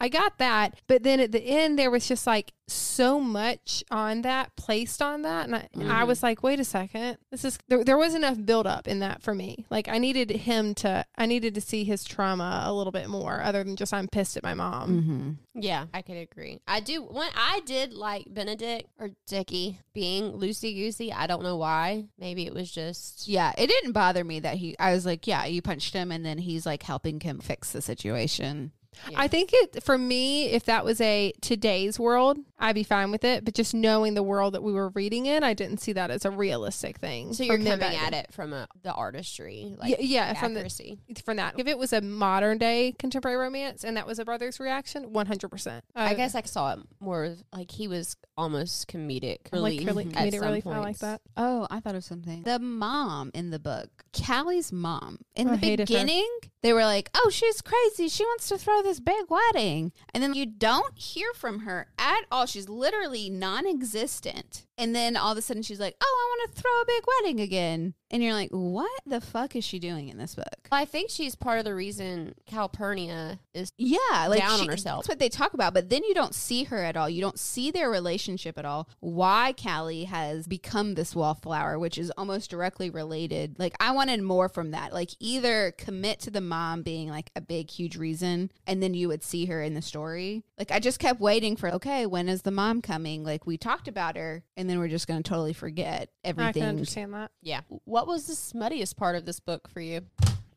C: I got that. But then at the end, there was just like so much on that, placed on that. And I, I was like, wait a second. This is, there, there was enough buildup in that for me. Like I needed him to, I needed to see his trauma a little bit more other than just I'm pissed at my mom.
B: Mm-hmm.
A: Yeah, I could agree. I do. When I did like Benedict or Dickie being loosey goosey, I don't know why. Maybe it was just.
B: Yeah, it didn't bother me that he. I was like, yeah, you punched him, and then he's like helping him fix the situation.
A: Yeah.
C: I think it for me, if that was a today's world, I'd be fine with it. But just knowing the world that we were reading in, I didn't see that as a realistic thing.
A: So
C: for
A: you're
C: men
A: coming
C: back
A: at
C: then.
A: it from a, the artistry, like
C: yeah, yeah, from the
A: accuracy.
C: from that. If it was a modern day contemporary romance and that was a brother's reaction, one hundred percent.
A: I guess I saw it more of, like he was almost comedic
C: like
A: relief. (laughs)
C: curly,
A: at
C: comedic
A: some
C: relief. I like
A: points.
C: that.
B: Oh, I thought of something. The mom in the book, Callie's mom, in
C: I
B: the
C: hated her.
B: beginning, they were like, oh, she's crazy. She wants to throw this big wedding. And then you don't hear from her at all. She's literally non existent. And then all of a sudden she's like, oh, I want to throw a big wedding again. And you're like, what the fuck is she doing in this book?
A: Well, I think she's part of the reason Calpurnia is.
B: Yeah, like
A: down on
B: she,
A: herself.
B: That's what they talk about, but then you don't see her at all. You don't see their relationship at all. Why Callie has become this wallflower, which is almost directly related. Like I wanted more from that. Like either commit to the mom being like a big, huge reason, and then you would see her in the story. Like I just kept waiting for okay, when is the mom coming? Like we talked about her, and then we're just going to totally forget
C: I can
B: everything.
C: understand that.
A: Yeah. What was the smuttiest part of this book for you?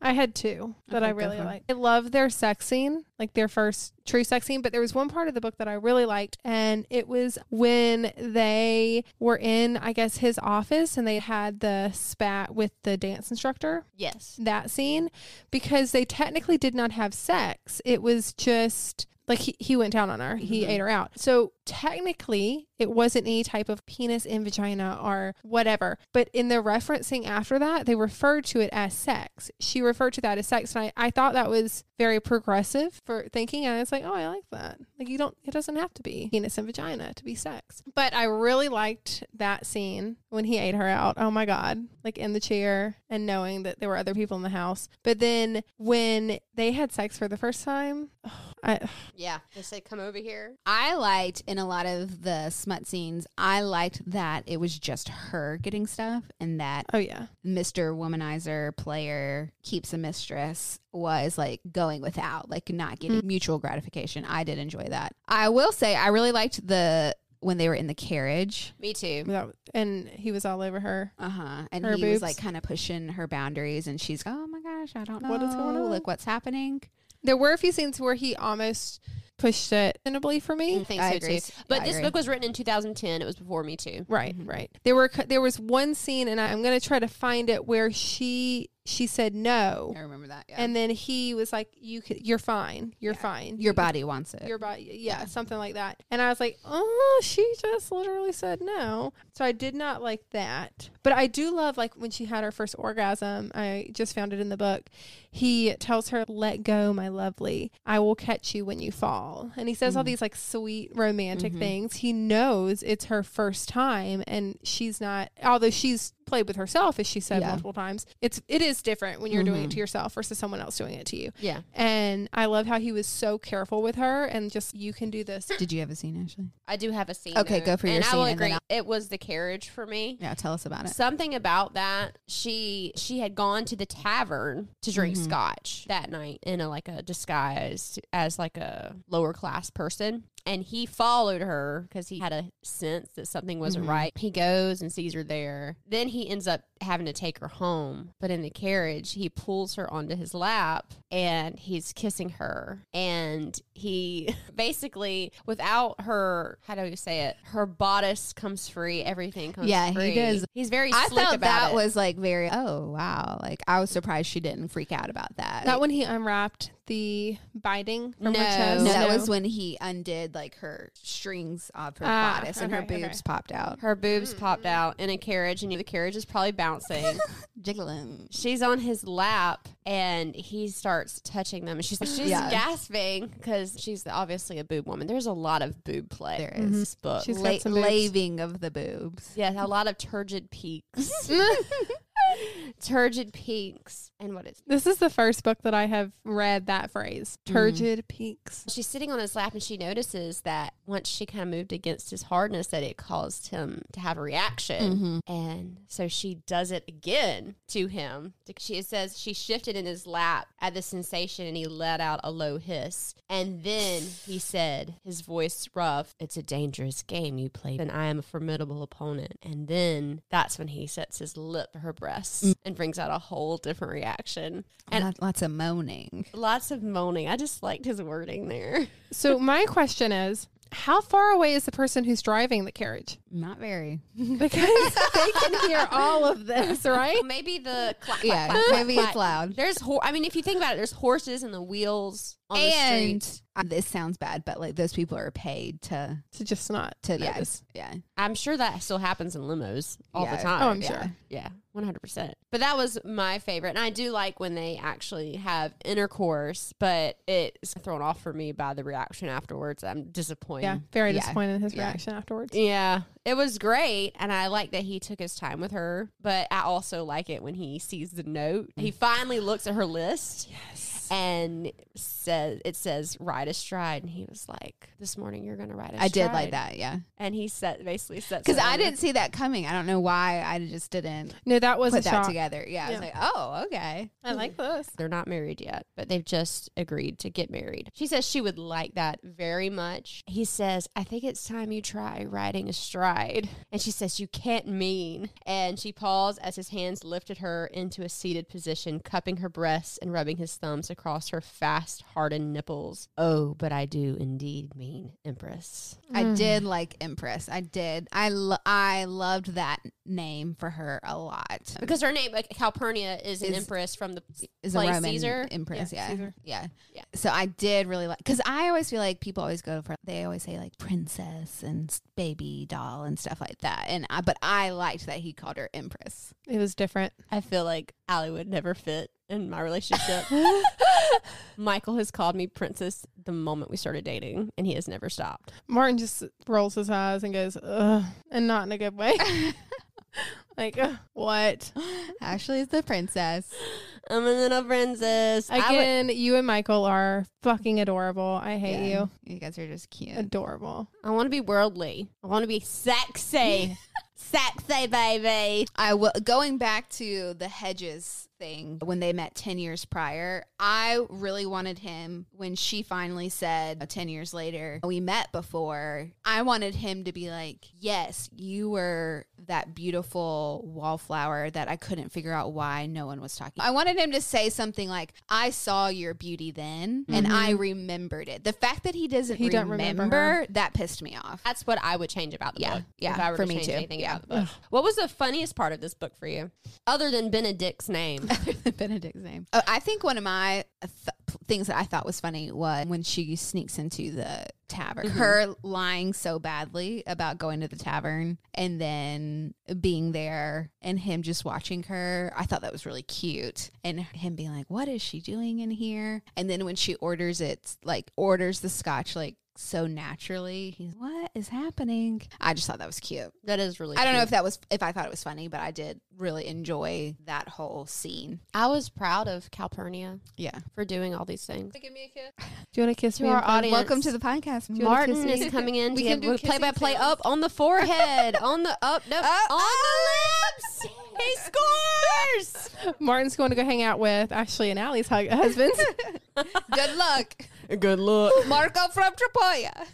C: I had two that
B: Okay,
C: I
B: go
C: really
B: for it.
C: liked. I love their sex scene, like their first true sex scene, but there was one part of the book that I really liked, and it was when they were in, I guess, his office and they had the spat with the dance instructor
A: Yes.
C: that scene because they technically did not have sex. It was just like he, he went down on her, he ate her out. So technically it wasn't any type of penis in vagina or whatever. But in the referencing after that, they referred to it as sex. She referred to that as sex. And I, I thought that was very progressive for thinking. And I was like, oh, I like that. Like, you don't, it doesn't have to be penis and vagina to be sex. But I really liked that scene when he ate her out. Oh my God. Like in the chair and knowing that there were other people in the house. But then when they had sex for the first time, (sighs) I,
A: Yeah. They said, come over here.
B: I liked in a lot of the smut scenes, I liked that it was just her getting stuff and that
C: oh yeah.
B: Mr. Womanizer player keeps a mistress was like going without, like not getting mutual gratification. I did enjoy that. I will say I really liked the when they were in the carriage.
A: Me too.
C: That- and he was all over her.
B: Uh huh. And
C: Her
B: he
C: boobs.
B: was like kind of pushing her boundaries, and she's oh my gosh, I don't know
C: What is going on?"
B: Like what's happening?
C: There were a few scenes where he almost pushed it reasonably for me.
A: I think
B: I
A: so
B: agree.
A: too. But
B: I
A: this
B: agree.
A: book was written in 2010. It was before me too.
C: Right, right. There were cu- there was one scene, and I, I'm gonna try to find it where she she said no,
B: I remember that. Yeah. And
C: and then he was like, "You can, you're fine, you're fine,
B: your body wants it.
C: your body, yeah, something like that." And I was like, "Oh, she just literally said no," so I did not like that. But I do love like when she had her first orgasm. I just found it in the book. He tells her, "Let go, my lovely. I will catch you when you fall," and he says
B: Mm-hmm.
C: all these like sweet romantic things. He knows it's her first time, and she's not. Although she's played with herself, as she said
B: Yeah. Mm-hmm.
C: multiple times, it's it is different when you're doing it to yourself versus someone else doing it to you.
A: Yeah.
C: And I love how he was so careful with her and just you can do
B: (clears throat)
C: this.
B: Did you have a scene Ashley?
A: I do have a scene.
B: Okay,
A: though.
B: go for your
A: and I will
B: scene, and then
A: agree. It was the carriage for me.
B: Yeah, tell us about it.
A: Something about that. She she had gone to the tavern to drink
B: Mm-hmm.
A: scotch that night in a like a disguise as like a lower class person. And he followed her because he had a sense that something wasn't
B: Mm-hmm.
A: right. He goes and sees her there. Then he ends up having to take her home. But in the carriage, he pulls her onto his lap and he's kissing her. And he (laughs) basically, without her, how do you say it? Her bodice comes free. Everything comes
B: Yeah, he
A: free.
B: does.
A: He's very
B: I
A: slick
B: felt
A: about
B: that
A: it.
B: was like very oh wow like I was surprised she didn't freak out about that.
C: That when he unwrapped the biting from
A: No.
C: her chest.
B: no, that was when he undid like her strings of her
C: Ah,
B: bodice and her
C: okay, okay.
B: boobs popped out.
A: her boobs
B: Mm-hmm.
A: popped out in a carriage, and the carriage is probably
B: (laughs)
A: bouncing.
B: Jiggling.
A: she's on his lap, and he starts touching them. And she's she's
B: Yeah.
A: gasping because she's obviously a boob woman. There's a lot of boob play
B: There
A: in
B: is.
A: this book.
C: She's
B: La-
C: got some boobs.
B: laving of the boobs.
A: Yes, a lot of turgid
B: (laughs)
A: peaks. (laughs) turgid peaks. And what is
C: This is the first book that I have read that phrase.
B: Mm.
C: Turgid peaks.
A: she's sitting on his lap and she notices that once she kind of moved against his hardness that it caused him to have a reaction and so she does it again to him she it says she shifted in his lap at the sensation and he let out a low hiss and then he said his voice rough it's a dangerous game you play and i am a formidable opponent and then that's when he sets his lip to her breasts and brings out a whole different reaction and
B: Lot- lots of moaning.
A: lots of moaning i just liked his wording there
C: So my question is how far away is the person who's driving the carriage? (laughs)
B: Not very.
C: Because they can hear all of this, right?
A: Maybe the clap,
C: (laughs)
B: Yeah,
A: clap, clap,
B: maybe
A: clap,
B: it's
A: clap.
B: loud.
A: There's, ho- I mean, if you think about it, there's horses and the wheels on the street.
B: And uh, this sounds bad, but like those people are paid to
C: To just not
B: to
C: notice.
B: yes, yeah,
A: I'm sure that still happens in limos all
B: Yeah.
A: the time.
C: Oh, I'm
B: Yeah.
C: sure.
A: yeah, 100. percent But that was my favorite, and I do like when they actually have intercourse, but it's thrown off for me by the reaction afterwards. I'm disappointed.
C: Yeah, very
B: Yeah.
C: disappointed in his
B: Yeah.
C: reaction afterwards.
A: Yeah, it was great, and I like that he took his time with her. But I also like it when he sees the note.
B: Mm.
A: He finally looks at her list, yes, and says it says ride astride, and he was like, "This morning you're gonna ride." Astride.
B: I did like that, yeah,
A: and he set basically sets
B: because
A: it
B: I
A: on-
B: didn't see that coming. I don't know why I just didn't
C: No, that was
B: put
C: a
B: that
C: shock.
B: together. Yeah,
C: Yeah.
B: I was like, oh, okay,
C: I like this.
A: They're not married yet, but they've just agreed to get married. She says she would like that very much. He says, I think it's time you try riding astride. And she says, You can't mean. And she paused as his hands lifted her into a seated position, cupping her breasts and rubbing his thumbs across her fast hardened nipples. Oh, but I do indeed mean Empress.
B: I
C: Mm.
B: did like Empress. I did. I lo- I loved that name for her a lot.
A: Because her name, like Calpurnia, is an
B: Is-
A: empress from the.
B: is
A: Play
B: a Roman
A: Caesar?
B: Empress,
C: Yeah,
B: yeah,
C: Caesar.
B: yeah,
A: Yeah.
B: So I did really like because I always feel like people always go for they always say like princess and s- baby doll and stuff like that, and I but I liked that he called her
C: (gasps)
B: Empress.
C: It was different.
A: I feel like Allie would never fit in my (laughs) relationship. Michael has called me princess the moment we started dating, and he has never stopped.
C: Martin just rolls his eyes and goes, ugh, and not in a good way. like, "Ugh, what?
B: Ashley is the princess.
A: I'm a little princess. I would-
C: Again, you and Michael are fucking adorable. I hate
B: Yeah.
C: you.
B: You guys are just cute.
C: Adorable.
A: I want to be worldly. I want to be (laughs) sexy. sexy, baby.
B: I will going back to the Hedges thing when they met 10 years prior. I really wanted him when she finally said uh, 10 years later, we met before. I wanted him to be like, "Yes, you were that beautiful wallflower that I couldn't figure out why no one was talking." I wanted him to say something like, "I saw your beauty then and I remembered it." The fact that he doesn't
C: Mm-hmm. He don't
B: remember,
C: remember
B: that pissed me off.
A: That's what I would change about the
B: Yeah.
A: book.
B: Yeah,
A: If I were
B: for
A: to
B: me
A: change
B: too.
A: anything
B: Yeah.
A: about the book. What was the funniest part of this book for you? Other than Benedict's (laughs) name.
B: Benedict's name. Oh, I think one of my uh, th- things that I thought was funny was when she sneaks into the tavern. Her lying so badly about going to the tavern and then being there and him just watching her. I thought that was really cute. And him being like, what is she doing in here? And then when she orders it, like orders the scotch, like, so naturally, he's what is happening? I just thought that was cute.
A: that is really
B: I don't know
A: cute.
B: if that was if I thought it was funny, but I did really enjoy that whole scene.
A: I was proud of Calpurnia
B: Yeah.
A: for doing all these things. Give me a kiss.
C: Do you want to kiss
A: To
C: me?
A: our
C: in front?
A: audience.
B: Welcome to the podcast.
C: you wanna
A: Martin
C: kiss me?
A: is coming in
B: We
A: to
B: can
A: give
B: do
A: play by play
B: kissing
A: up on the forehead, on the up, no, on the lips. He scores.
C: Martin's going to go hang out with Ashley and Allie's hug- husbands.
B: (laughs) Good luck,
A: Good luck.
B: Marco from Tripoya.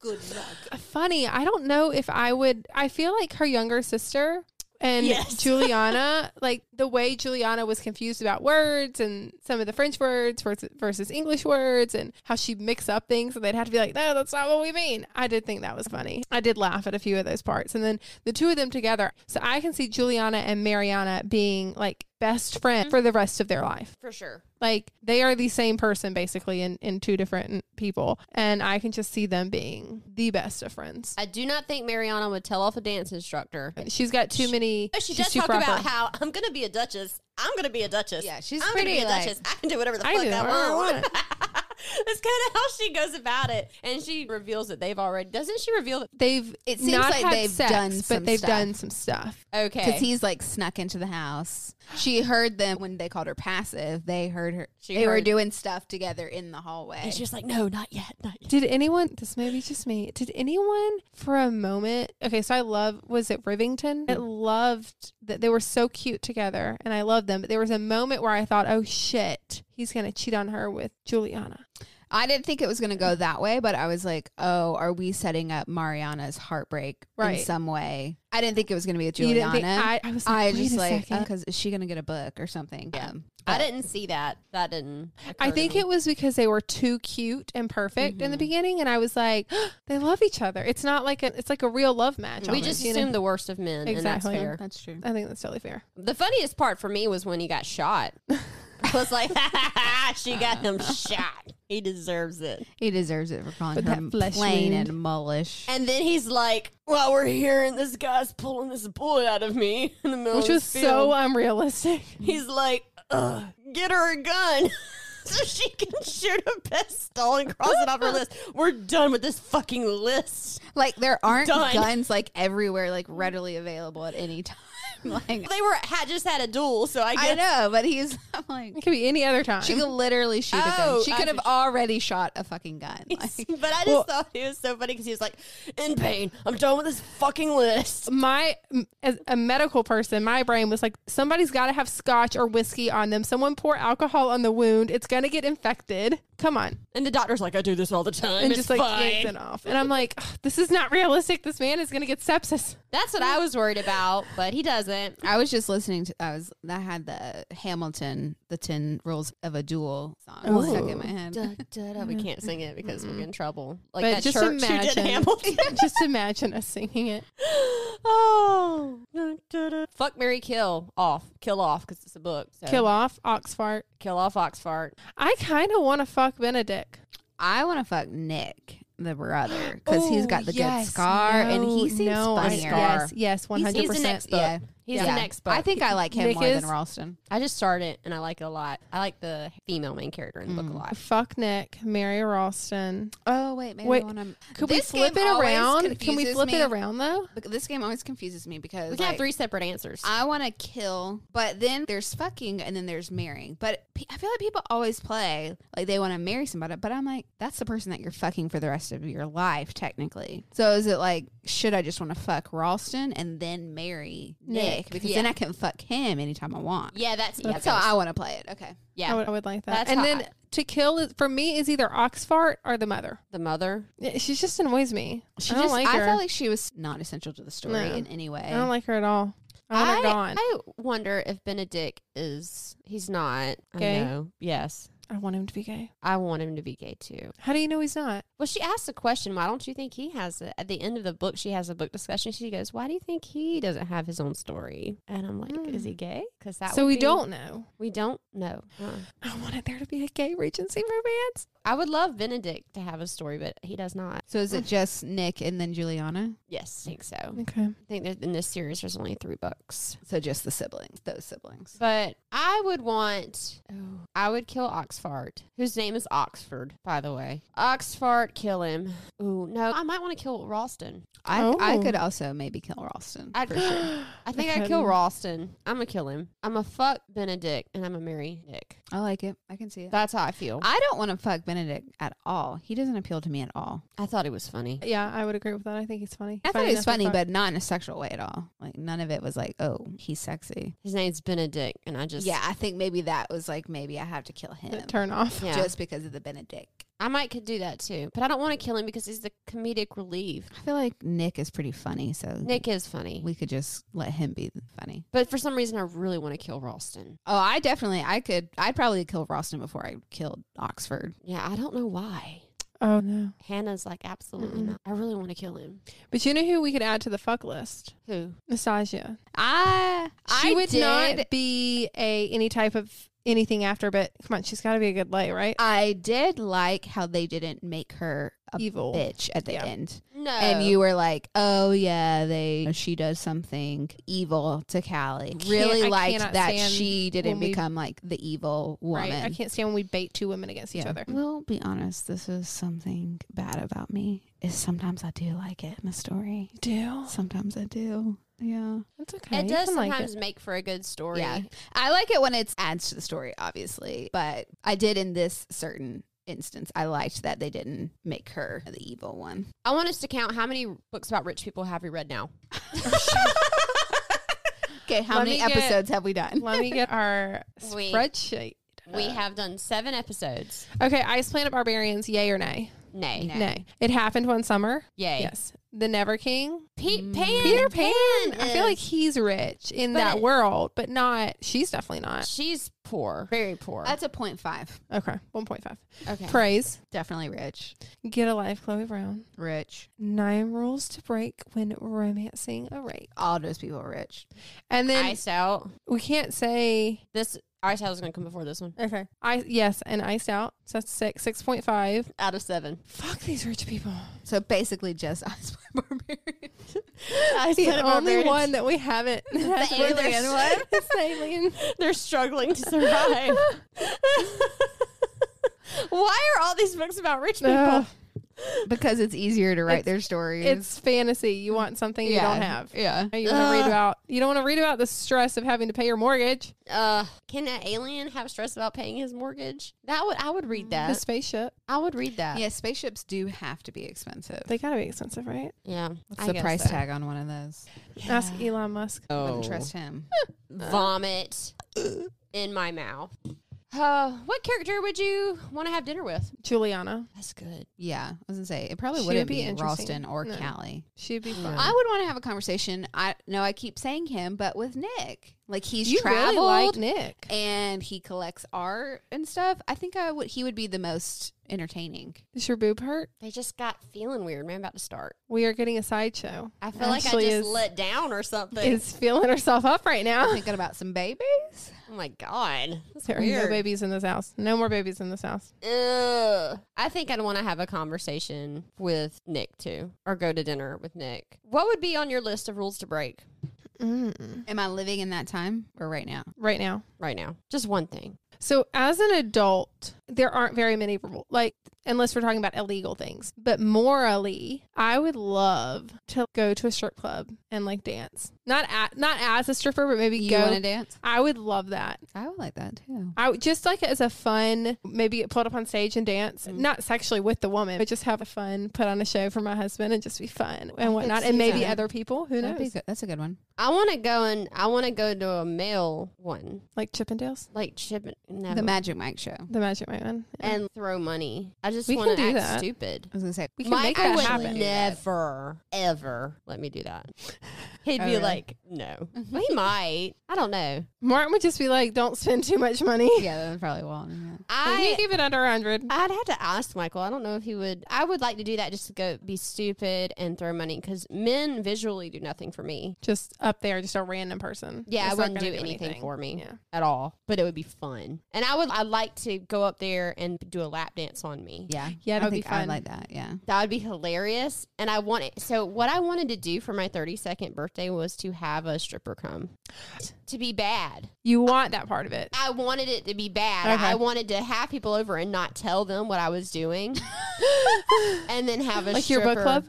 B: Good luck.
C: Funny. I don't know if I would. I feel like her younger sister and
A: Yes.
C: Juliana, like the way Juliana was confused about words and some of the French words versus, versus English words and how she mix up things and they'd have to be like, no, that's not what we mean. I did think that was funny. I did laugh at a few of those parts. And then the two of them together. So I can see Juliana and Mariana being like best friends for the rest of their life.
A: For sure.
C: Like they are the same person basically in, in two different people. And I can just see them being the best of friends.
A: I do not think Mariana would tell off a dance instructor.
C: She's got too many.
B: Oh,
A: But she
C: she's
A: does
C: too
A: talk about
C: proper.
A: how I'm gonna be a duchess. I'm gonna be a duchess.
B: Yeah, she's
A: I'm
B: pretty,
A: gonna be a
B: like-
A: duchess. I can do whatever the
C: I
A: fuck
C: do whatever
A: I
C: I
A: want. (laughs)
B: (laughs)
A: That's kind of how she goes about it, and she reveals that they've already. Doesn't she reveal that?
C: they've
B: It seems
C: not
B: like
C: had
B: they've
C: sex,
B: done
C: but
B: some
C: they've
B: stuff.
C: done some stuff.
A: Okay,
B: Because he's like snuck into the house. She heard them when they called her passive. They heard her.
A: She
B: they were
A: heard-
B: doing stuff together in the hallway.
A: and she's like, "No, not yet, not yet."
C: Did anyone? This may be just me. Did anyone for a moment? Okay, so I love. Was it Rivington?
B: Mm-hmm.
C: I loved that they were so cute together, and I loved them. But there was a moment where I thought, "Oh shit, he's gonna cheat on her with Juliana."
B: I didn't think it was going to go that way, but I was like, oh, are we setting up Mariana's heartbreak
C: Right.
B: in some way? I didn't think it was going to be a
C: You didn't
B: Juliana.
C: think- I, I was. Like,
B: I
C: Wait
B: just
C: a
B: like
C: second.
B: because is she going to get a book or something?
A: Yeah.
B: Um,
A: I
B: but-
A: didn't see that. That didn't.
C: I think it was because they were too cute and perfect
A: Mm-hmm.
C: in the beginning, and I was like, (gasps) "They love each other." It's not like a, it's like a real love match.
A: We
C: almost,
A: just
C: you know?
A: assumed the worst of men, and that's
C: Exactly.
A: fair.
B: That's true.
C: I think that's totally fair.
A: The funniest part for me was when he got shot. I was like, (laughs) "She got him shot. He deserves it."
B: He deserves it for calling
C: With
B: her
C: that flesh
B: plain
C: wound.
B: and mullish.
A: And then he's like, "Well, we're here, and this guy's pulling this bullet out of me in the middle
C: Which
A: of
C: was
A: this field."
C: so unrealistic. (laughs)
A: He's like, Ugh, "Get her a gun, (laughs) so she can shoot a pistol and cross it off her list. We're done with this fucking list."
B: like there aren't
A: Done.
B: guns like everywhere, like readily available at any (laughs) time. like
A: They were had just had a duel, so I guess.
B: I know, but he's (laughs) I'm like
C: It could be any other time.
B: she could literally shoot a gun.
A: Oh,
B: She could
A: I-
B: have already shot a fucking gun. Like,
A: But I just
C: Well-
A: thought he was so funny because he was like, "In pain, I'm done with this fucking list."
C: my m- as a medical person, my brain was like, somebody's got to have scotch or whiskey on them. Someone pour alcohol on the wound. It's gonna get infected. Come on.
A: And the doctor's like, I do this all the time.
C: and
A: it's
C: just like yanks
A: fine.
C: it off. And I'm like, "Ugh, this is not realistic. This man is going to get sepsis.
A: (laughs) That's what I was worried about, but he doesn't.
B: I was just listening to I was I had the Hamilton, the ten rules of a duel song stuck in my head.
A: we can't sing it because we're in trouble. Like
C: But
A: that
C: just
A: church who did
C: imagine.
A: Hamilton.
C: (laughs) just imagine us singing it.
A: (laughs) oh, fuck Mary, kill off, kill off because it's a book. So.
C: Kill off Oxfart.
A: kill off Oxfart.
C: I kind of want to fuck Benedict.
B: I want to fuck Nick, the brother, because he's got the
C: Oh, yes.
B: good scar and
C: No,
B: he seems
C: no, I-
B: funnier.
A: Scar.
C: Yes, yes, one hundred
A: He's the
C: percent.
A: next book.
B: Yeah.
A: He's the
B: Yeah.
A: next book.
B: I think I like him
C: Nick
B: more
C: is-
B: than Ralston.
A: I just started it and I like it a lot. I like the female main character in the
C: Mm.
A: book a lot.
C: Fuck Nick, marry Ralston.
B: Oh wait, maybe
C: Wait.
B: I want to.
C: Could we flip it around? Can we flip it around though?
B: This game always confuses me because
A: We can have
B: like,
A: three separate answers.
B: I want to kill, but then there's fucking and then there's marrying. But pe- I feel like people always play like they want to marry somebody, but I'm like, that's the person that you're fucking for the rest of your life, technically. So is it like, should I just want to fuck Ralston and then marry Nick?
A: Nick.
B: Because
A: Yeah.
B: then I can fuck him anytime I want.
A: yeah, that's yeah,
B: That's how I want to play it. Okay.
A: yeah.
C: I, would, I would like that.
A: That's
C: and
A: how
C: then
A: I-
C: to kill is, for me is either Oxfart or the mother.
A: the mother.
C: Yeah, she just annoys me.
B: She
C: I don't
B: just,
C: like
B: I
C: her.
B: felt like she was not essential to the story
C: No.
B: in any way.
C: I don't like her at all. I want her Oh, gone.
A: I wonder if Benedict is. He's not.
C: Gay?
A: I know. Yes.
C: I want him to be gay.
A: I want him to be gay too.
C: How do you know he's not?
A: Well, she asked the question, why don't you think he has it? At the end of the book, she has a book discussion. She goes, why do you think he doesn't have his own story? And I'm like, is he gay? Because that
C: So
A: would
C: we
A: be-
C: don't know.
A: we don't know. Uh-uh.
C: I wanted there to be a gay Regency
B: (gasps)
C: romance. (gasps)
A: I would love Benedict to have a story, but he does not.
B: so is it just Nick and then Juliana?
A: Yes, I think so. I
C: Okay.
A: think that in this series, there's only three books.
B: So just the siblings, those siblings.
A: But I would want, oh, I would kill Oxfart, whose name is Oxford, by the way. Oxfart, kill him. Ooh, no, I might want to kill Ralston.
B: I, I
C: Oh.
B: could also maybe kill Ralston.
A: I'd,
B: for sure.
A: I think I'd
C: Okay.
A: kill Ralston. I'm gonna kill him. I'm gonna fuck Benedict, and I'm gonna marry Nick.
B: I like it. I can see it.
A: That's how I feel. I,
B: I don't want to fuck Benedict at all. He doesn't appeal to me at all.
A: I thought it was funny.
C: Yeah, I would agree with that. I think he's funny.
B: I thought
C: Funny
B: he
C: enough
B: was
C: to
B: funny,
C: fuck.
B: but not in a sexual way at all. Like none of it was like, oh, he's sexy.
A: His name's Benedict, and I just
B: yeah, I think maybe that was like maybe I have to kill him
C: That turn off.
A: yeah.
B: just because of the Benedict.
A: I might could do that too, but I don't want to kill him because he's the comedic relief.
B: I feel like Nick is pretty funny, so
A: Nick is funny,
B: we could just let him be funny.
A: but for some reason, I really want to kill Ralston.
B: Oh, I definitely, I could, I'd probably kill Ralston before I killed Oxford.
A: Yeah, I don't know why.
C: Oh no.
A: Hannah's like, absolutely
C: Mm-mm.
A: not. I really want to kill him.
C: But you know who we could add to the fuck list?
A: Who?
C: Nastasia.
B: I,
C: She
B: I
C: would
B: did,
C: not be a any type of anything after, but come on, she's gotta be a good lay, right?
B: I did like how they didn't make her a
C: Evil.
B: bitch at the
C: Yeah.
B: end.
A: No.
B: and you were like, "Oh yeah, they she does something evil to Callie." Really
C: I
B: liked
C: cannot
B: that
C: stand
B: she didn't
C: when we-
B: become like the evil woman.
C: Right. I can't stand when we bait two women against each
B: yeah.
C: other.
B: We'll be honest. This is something bad about me. Is sometimes I do like it in a story.
C: Do.
B: Sometimes I do. Yeah,
C: That's okay.
A: it
C: You
A: does
C: can like
A: sometimes
C: it.
A: make for a good story.
B: yeah. I like it when it adds to the story, obviously. But I did in this certain instance. I liked that they didn't make her the evil one.
A: I want us to count how many books about rich people have we read now.
B: Okay, how
C: Let
B: many
C: me get-
B: episodes have we done?
C: Let me get our
A: We-
C: spreadsheet.
A: We have done seven episodes.
C: Okay, Ice Planet Barbarians, yay or nay?
A: Nay.
B: Nay.
C: Nay. It happened one summer.
A: Yay.
C: Yes. The Never King.
A: Pe-
B: Mm-hmm.
A: Pan.
C: Peter Pan. I feel like
A: is-
C: he's rich in
A: But
C: that
A: it-
C: world, but not. She's definitely not.
A: she's poor, very poor.
B: (laughs) That's a point five.
C: Okay, one point five.
A: okay.
C: Praise.
B: Definitely rich.
C: Get a life, Chloe Brown.
B: Rich.
C: Nine rules to break when romancing a rape.
B: All those people are rich.
C: And then
A: Iced out.
C: we can't say
A: This iced out is going to come before this one.
C: okay. I yes, and iced out. So that's six six point five.
A: Out of seven,
C: Fuck these rich people.
B: So basically, just (laughs) Ice Blind Barbarian.
A: (laughs) Ice
C: The only one that we haven't.
B: The alien one.
C: it's the alien.
A: (laughs) They're struggling to survive. (laughs) Why are all these books about rich people?
C: Ugh,
B: Because it's easier to write
C: It's-
B: their stories.
C: it's fantasy. You want something you don't have.
B: Yeah.
C: You want to
A: Ugh.
C: read about. You don't want to read about the stress of having to pay your mortgage.
A: Uh, can an alien have stress about paying his mortgage? That would I would
B: Mm.
A: read that.
C: the spaceship.
A: I would read that.
B: Yeah, spaceships do have to be expensive.
C: They gotta be expensive, right?
A: yeah.
B: What's
A: I
B: the
A: guess
B: price
A: so.
B: tag on one of those?
C: Ask
A: Oh.
C: Elon Musk.
B: Wouldn't trust him.
A: vomit in my mouth. Uh, what character would you want to have dinner with?
C: Juliana.
A: That's good.
B: Yeah, I was gonna say it probably
C: She
B: wouldn't
C: would be
B: be,
C: interesting.
B: Ralston or
C: No.
B: Callie.
C: She'd be fun.
B: I would want to have a conversation. I know I keep saying him, but with Nick, like he's
C: you
B: traveled
C: really like Nick.
B: and he collects art and stuff. I think I would. He would be the most entertaining.
C: Is your boob hurt?
A: They just got feeling weird. Man, I'm about to start.
C: We are getting a sideshow.
A: I feel
C: Ashley
A: like I just
C: is-
A: let down or something.
C: Is feeling herself up right now.
B: Thinking about some babies.
A: oh my god, that's
C: There are
A: weird.
C: no babies in this house. No more babies in this house.
A: Ugh. I think I'd want to have a conversation with Nick too, or go to dinner with Nick. What would be on your list of rules to break
B: Am I living in that time or right now?
C: Right now.
A: right now? Just one thing.
C: So as an adult, there aren't very many rule- like unless we're talking about illegal things. But morally, I would love to go to a strip club and like dance. Not at, not as a stripper, but maybe
B: You
C: go.
B: want to dance?
C: I would love that.
B: I would like that too.
C: I would just like it as a fun, maybe get pulled up on stage and dance,
A: Mm.
C: not sexually with the woman, but just have a fun, put on a show for my husband and just be fun and whatnot,
B: see
C: and maybe
B: that.
C: other people who
B: That'd be
C: knows,
B: good. That's a good one.
A: I want to go and I want to go to a male one,
C: like Chippendales,
A: like Chip. No.
B: The Magic Mike show.
C: the Magic Mic one. Yeah.
A: and throw money. I just
C: We
A: want
C: can
A: to act
C: do that.
A: stupid.
B: I was gonna say
C: we can
B: (laughs)
A: Mike
C: make that
A: would
C: happen.
A: never, ever let me do
C: (laughs)
A: that. He'd
B: Oh,
A: be
B: really?
A: like, no. Well, he might. I don't
C: (laughs)
A: know.
C: Martin would just be like, "Don't spend too much money."
B: Yeah, that probably won't. yeah.
C: (laughs) If you
A: I
C: keep it under a hundred,
A: I'd have to ask Michael. I don't know if he would. I would like to do that just to go be stupid and throw money because men visually do nothing for me.
C: just up there, just a random person.
A: Yeah,
C: It's
A: I
C: not
A: wouldn't do
C: gonna
A: anything, for me
C: Yeah.
A: at all, but it would be fun. And I would. I'd like to go up there and do a lap dance on me.
B: Yeah,
C: Yeah,
B: I
C: that'd be
B: think I'd
C: fun.
B: like that. Yeah.
A: That would be hilarious. And I want it. So, what I wanted to do for my 32nd birthday was to have a stripper come to be bad.
C: You want that part of it.
A: I wanted it to be bad.
C: Okay.
A: I wanted to have people over and not tell them what I was
C: (laughs)
A: doing. and then have a
C: Like your book
A: stripper-
C: club?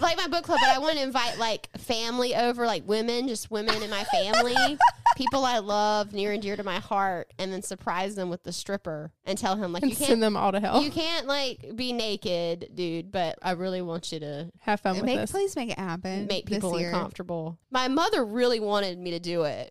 A: Like my book club, but I want to invite like family over, like women, just women in my family, people I love, near and dear to my heart, and then surprise them with the stripper and tell him like
C: (laughs) and
A: you
C: send
A: can't
C: them all to hell.
A: you can't like be naked, dude, but I really want you to
C: Have fun with
B: Make,
C: this.
B: please make it happen.
A: make
B: this
A: people
B: year.
A: uncomfortable. My mother really wanted me to do (laughs) it,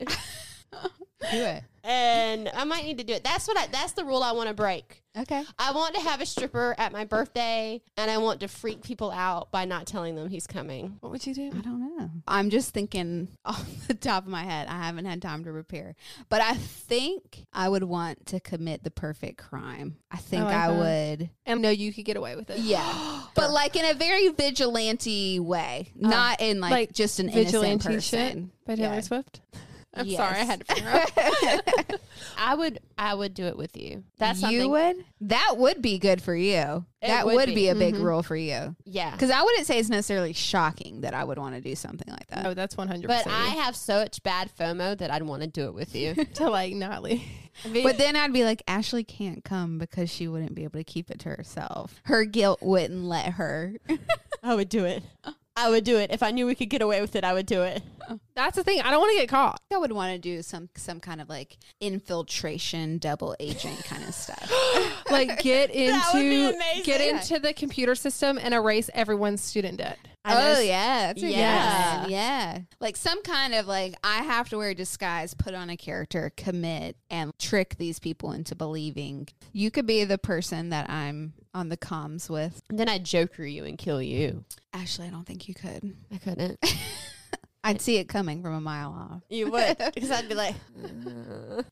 B: Do it.
A: and I might need to do it. That's what I, that's the rule I want to break.
B: Okay.
A: I want to have a stripper at my birthday, and I want to freak people out by not telling them he's coming.
C: What would you
B: I
C: do?
B: don't know. I'm just thinking (laughs) off the top of my head. I haven't had time to prepare, but I think I would want to commit the perfect crime. I think
C: like
B: I
C: that.
B: would.
C: And know you could get away with it.
B: Yeah, but like in a very vigilante way, not in like,
C: like
B: just an innocent
C: Vigilante shit
B: person.
C: by Taylor
B: Yeah.
C: Swift. (laughs) I'm
B: Yes.
C: sorry, I had to figure out.
A: I would, I would do it with you. That's
B: you
A: something.
B: would. That would be good for you.
A: It
B: that
A: would
B: would
A: be.
B: be, a big rule for you.
A: yeah.
B: Because I wouldn't say it's necessarily shocking that I would want to do something like that.
C: Oh, that's 100.
A: But I have such bad FOMO that I'd want to do it with (laughs) you.
C: (laughs) to like not leave.
B: But then I'd be like, Ashley can't come because she wouldn't be able to keep it to herself. Her guilt wouldn't let her.
A: I would do (laughs) it. I would do it if I knew we could get away with it. I would do it.
C: That's the thing. I don't want to get caught.
B: (laughs) I would want to do some some kind of like infiltration, double agent kind of (gasps) stuff. (laughs)
C: Like get
A: would be
C: into
A: amazing.
C: get into the computer system and erase everyone's student debt.
A: I
B: oh
A: know-
B: yeah, that's a good
A: Yeah.
B: one. yeah. Like some kind of like I have to wear a disguise, put on a character, commit, and trick these people into believing you could be the person that I'm on the comms with.
A: Then I'd Joker you and kill you.
B: Ashley, I don't think you could.
A: I couldn't.
B: I'd see it coming from a mile off.
A: You would, because I'd be
B: (laughs)
A: like,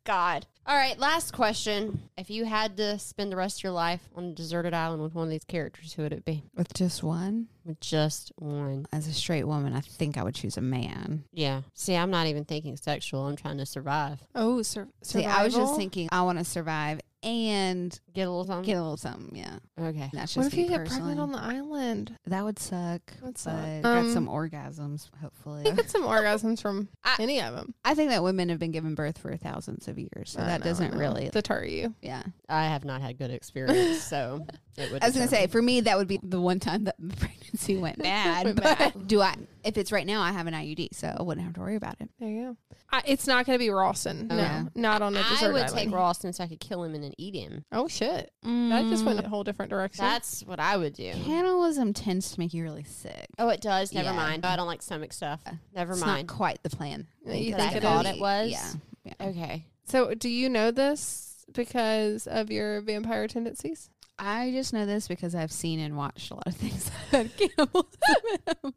A: God. All right, last question. If you had to spend the rest of your life on a deserted island with one of these characters, who would it be?
B: With just one.
A: With just one.
B: as a straight woman, I think I would choose a man.
A: Yeah. See, I'm not even thinking sexual. I'm trying to survive.
C: Oh, sur-
B: See,
C: survival. Mm-hmm.
B: I was just thinking I want to survive and
A: Get a little something.
B: get a little something. Yeah,
A: Okay.
B: that's just
C: What if
B: me
C: you get
B: personally.
C: pregnant on the island?
B: that would suck.
C: Would
B: But
C: suck.
B: got
C: Um,
B: some orgasms, hopefully.
C: (laughs) You
B: (laughs)
C: get some orgasms from
B: I-
C: any of them.
B: I think that women have been given birth for thousands of years, so that doesn't really.
C: deter you.
B: Yeah,
A: I have not had good experience, so
B: (laughs)
A: it would.
B: I was gonna
A: deter
B: say
A: me.
B: for me that would be the one time that the (laughs) pregnancy went bad.
C: Went
B: but
C: bad.
B: do I? If it's right now, I have an IUD, so I wouldn't have to worry about it.
C: There you go. I, it's not going to be Rawson. No,
B: Oh, Yeah.
C: not on a
A: I
C: deserted
A: would
C: island.
A: take Ralston so I could kill him and then eat him.
C: oh shit! That just
B: Mm.
C: went a whole different direction.
A: That's what I would do.
B: Cannibalism tends to make you really sick.
A: Oh, it does. Never
B: Yeah. Uh,
A: mind. Oh, I don't like stomach stuff. Never
B: It's
A: mind.
B: not quite the plan
C: You
B: that
C: think
B: I
C: it
B: thought
A: is?
B: it was. Yeah.
A: okay.
C: so, do you know this because of your vampire tendencies?
B: I just know this because I've seen and watched a lot of (laughs) things that had cannibalism.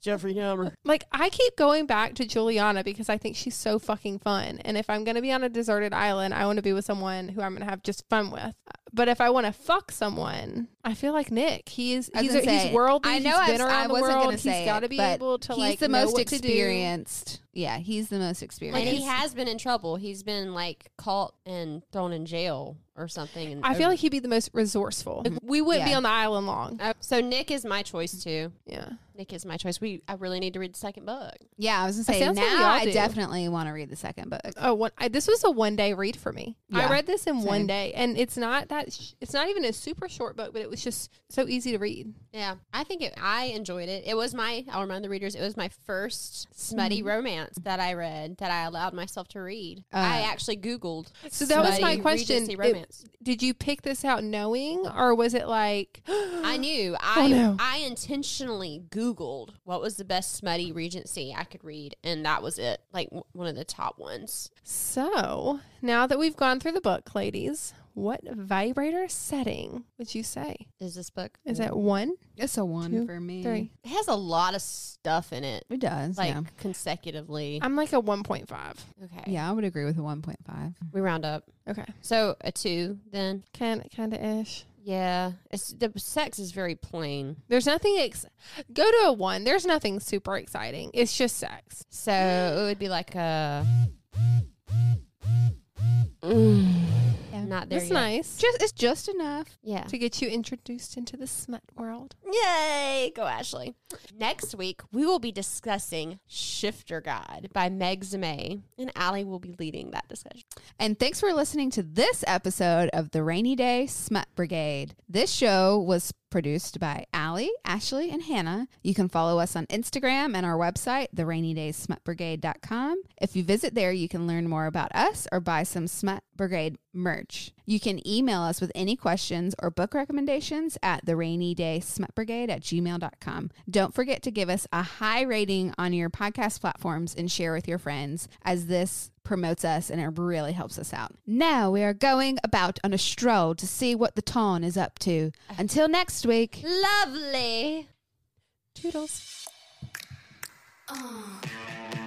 A: Jeffrey Hammer.
C: Like I keep going back to Juliana because I think she's so fucking fun. And if I'm going to be on a deserted island, I want to be with someone who I'm going to have just fun with. But if I want to fuck someone, I feel like Nick. He's
B: I was
C: he's
B: gonna say,
C: he's worldly.
B: I know
C: he's been
B: I've-
C: around
B: I
C: the
B: wasn't
C: world.
B: gonna say
C: he's got to
B: it,
C: be
B: but
C: able to
B: he's
C: like
B: the
C: know
B: most
C: what to do.
B: experienced. Yeah, he's the most
A: Like
B: experienced.
A: he has been in trouble. He's been like caught and thrown in jail or something. And
C: I feel like he'd be the most resourceful. We wouldn't be
B: Yeah.
C: on the island long.
A: Uh, so Nick is my choice too.
C: Yeah.
A: Nick is my choice. We I really need to read the second book.
B: yeah, I was gonna
C: It
B: say
C: sounds like we
B: now
C: all
B: I
C: do.
B: definitely want to read the second book.
C: Oh, one, I, this was a one day read for me. I
B: Yeah.
C: read this in one
B: Same.
C: day, and it's not that sh- it's not even a super short book, but it was just so easy to read.
A: Yeah, I think it, I enjoyed it. It was my I'll remind the readers. It was my first smutty
C: Mm-hmm.
A: romance that I read that I allowed myself to read. I actually Googled.
C: Uh, So that was my
A: smutty
C: question.
A: Regency
C: It-
A: romance.
C: did you pick this out knowing, or was it like (gasps)
A: I knew. I
C: Oh, no.
A: I intentionally Googled what was the best smutty Regency I could read, and that was it. Like w- one of the top ones.
C: so? Now that we've gone through the book, ladies, what vibrator setting would you say
A: Is this book?
C: is that one,
B: It's a one
C: Two,
B: for me.
C: three?
A: It has a lot of stuff in it,
B: It does.
A: like
B: yeah.
A: consecutively.
C: I'm like a one point five.
A: okay.
B: yeah, I would agree with a one point five.
A: We round up.
C: Okay,
A: So a two then.
C: kind kind of ish.
A: Yeah, it's the sex is very plain.
C: There's nothing ex- go to a one. There's nothing super exciting. It's just sex.
A: So it would be like a.
B: Yeah.
A: Not there
C: That's
A: yet.
C: nice
B: Just it's just enough.
A: Yeah.
C: to get you introduced into the smut world.
A: Yay! Go Ashley. Next week we will be discussing Shifter God by Meg Zamay, and Allie will be leading that discussion.
B: And thanks for listening to this episode of the Rainy Day Smut Brigade. This show was produced by Allie, Ashley, and Hannah. You can follow us on Instagram and our website, therainydaysmutbrigade.com. If you visit there, you can learn more about us or buy some Smut Brigade merch. You can email us with any questions or book recommendations at therainydaysmutbrigade at gmail.com. Don't forget to give us a high rating on your podcast platforms and share with your friends as this promotes us and it really helps us out. Now we are going about on a stroll to see what the town is up to. Until next week.
A: Lovely.
C: Toodles.
D: Oh.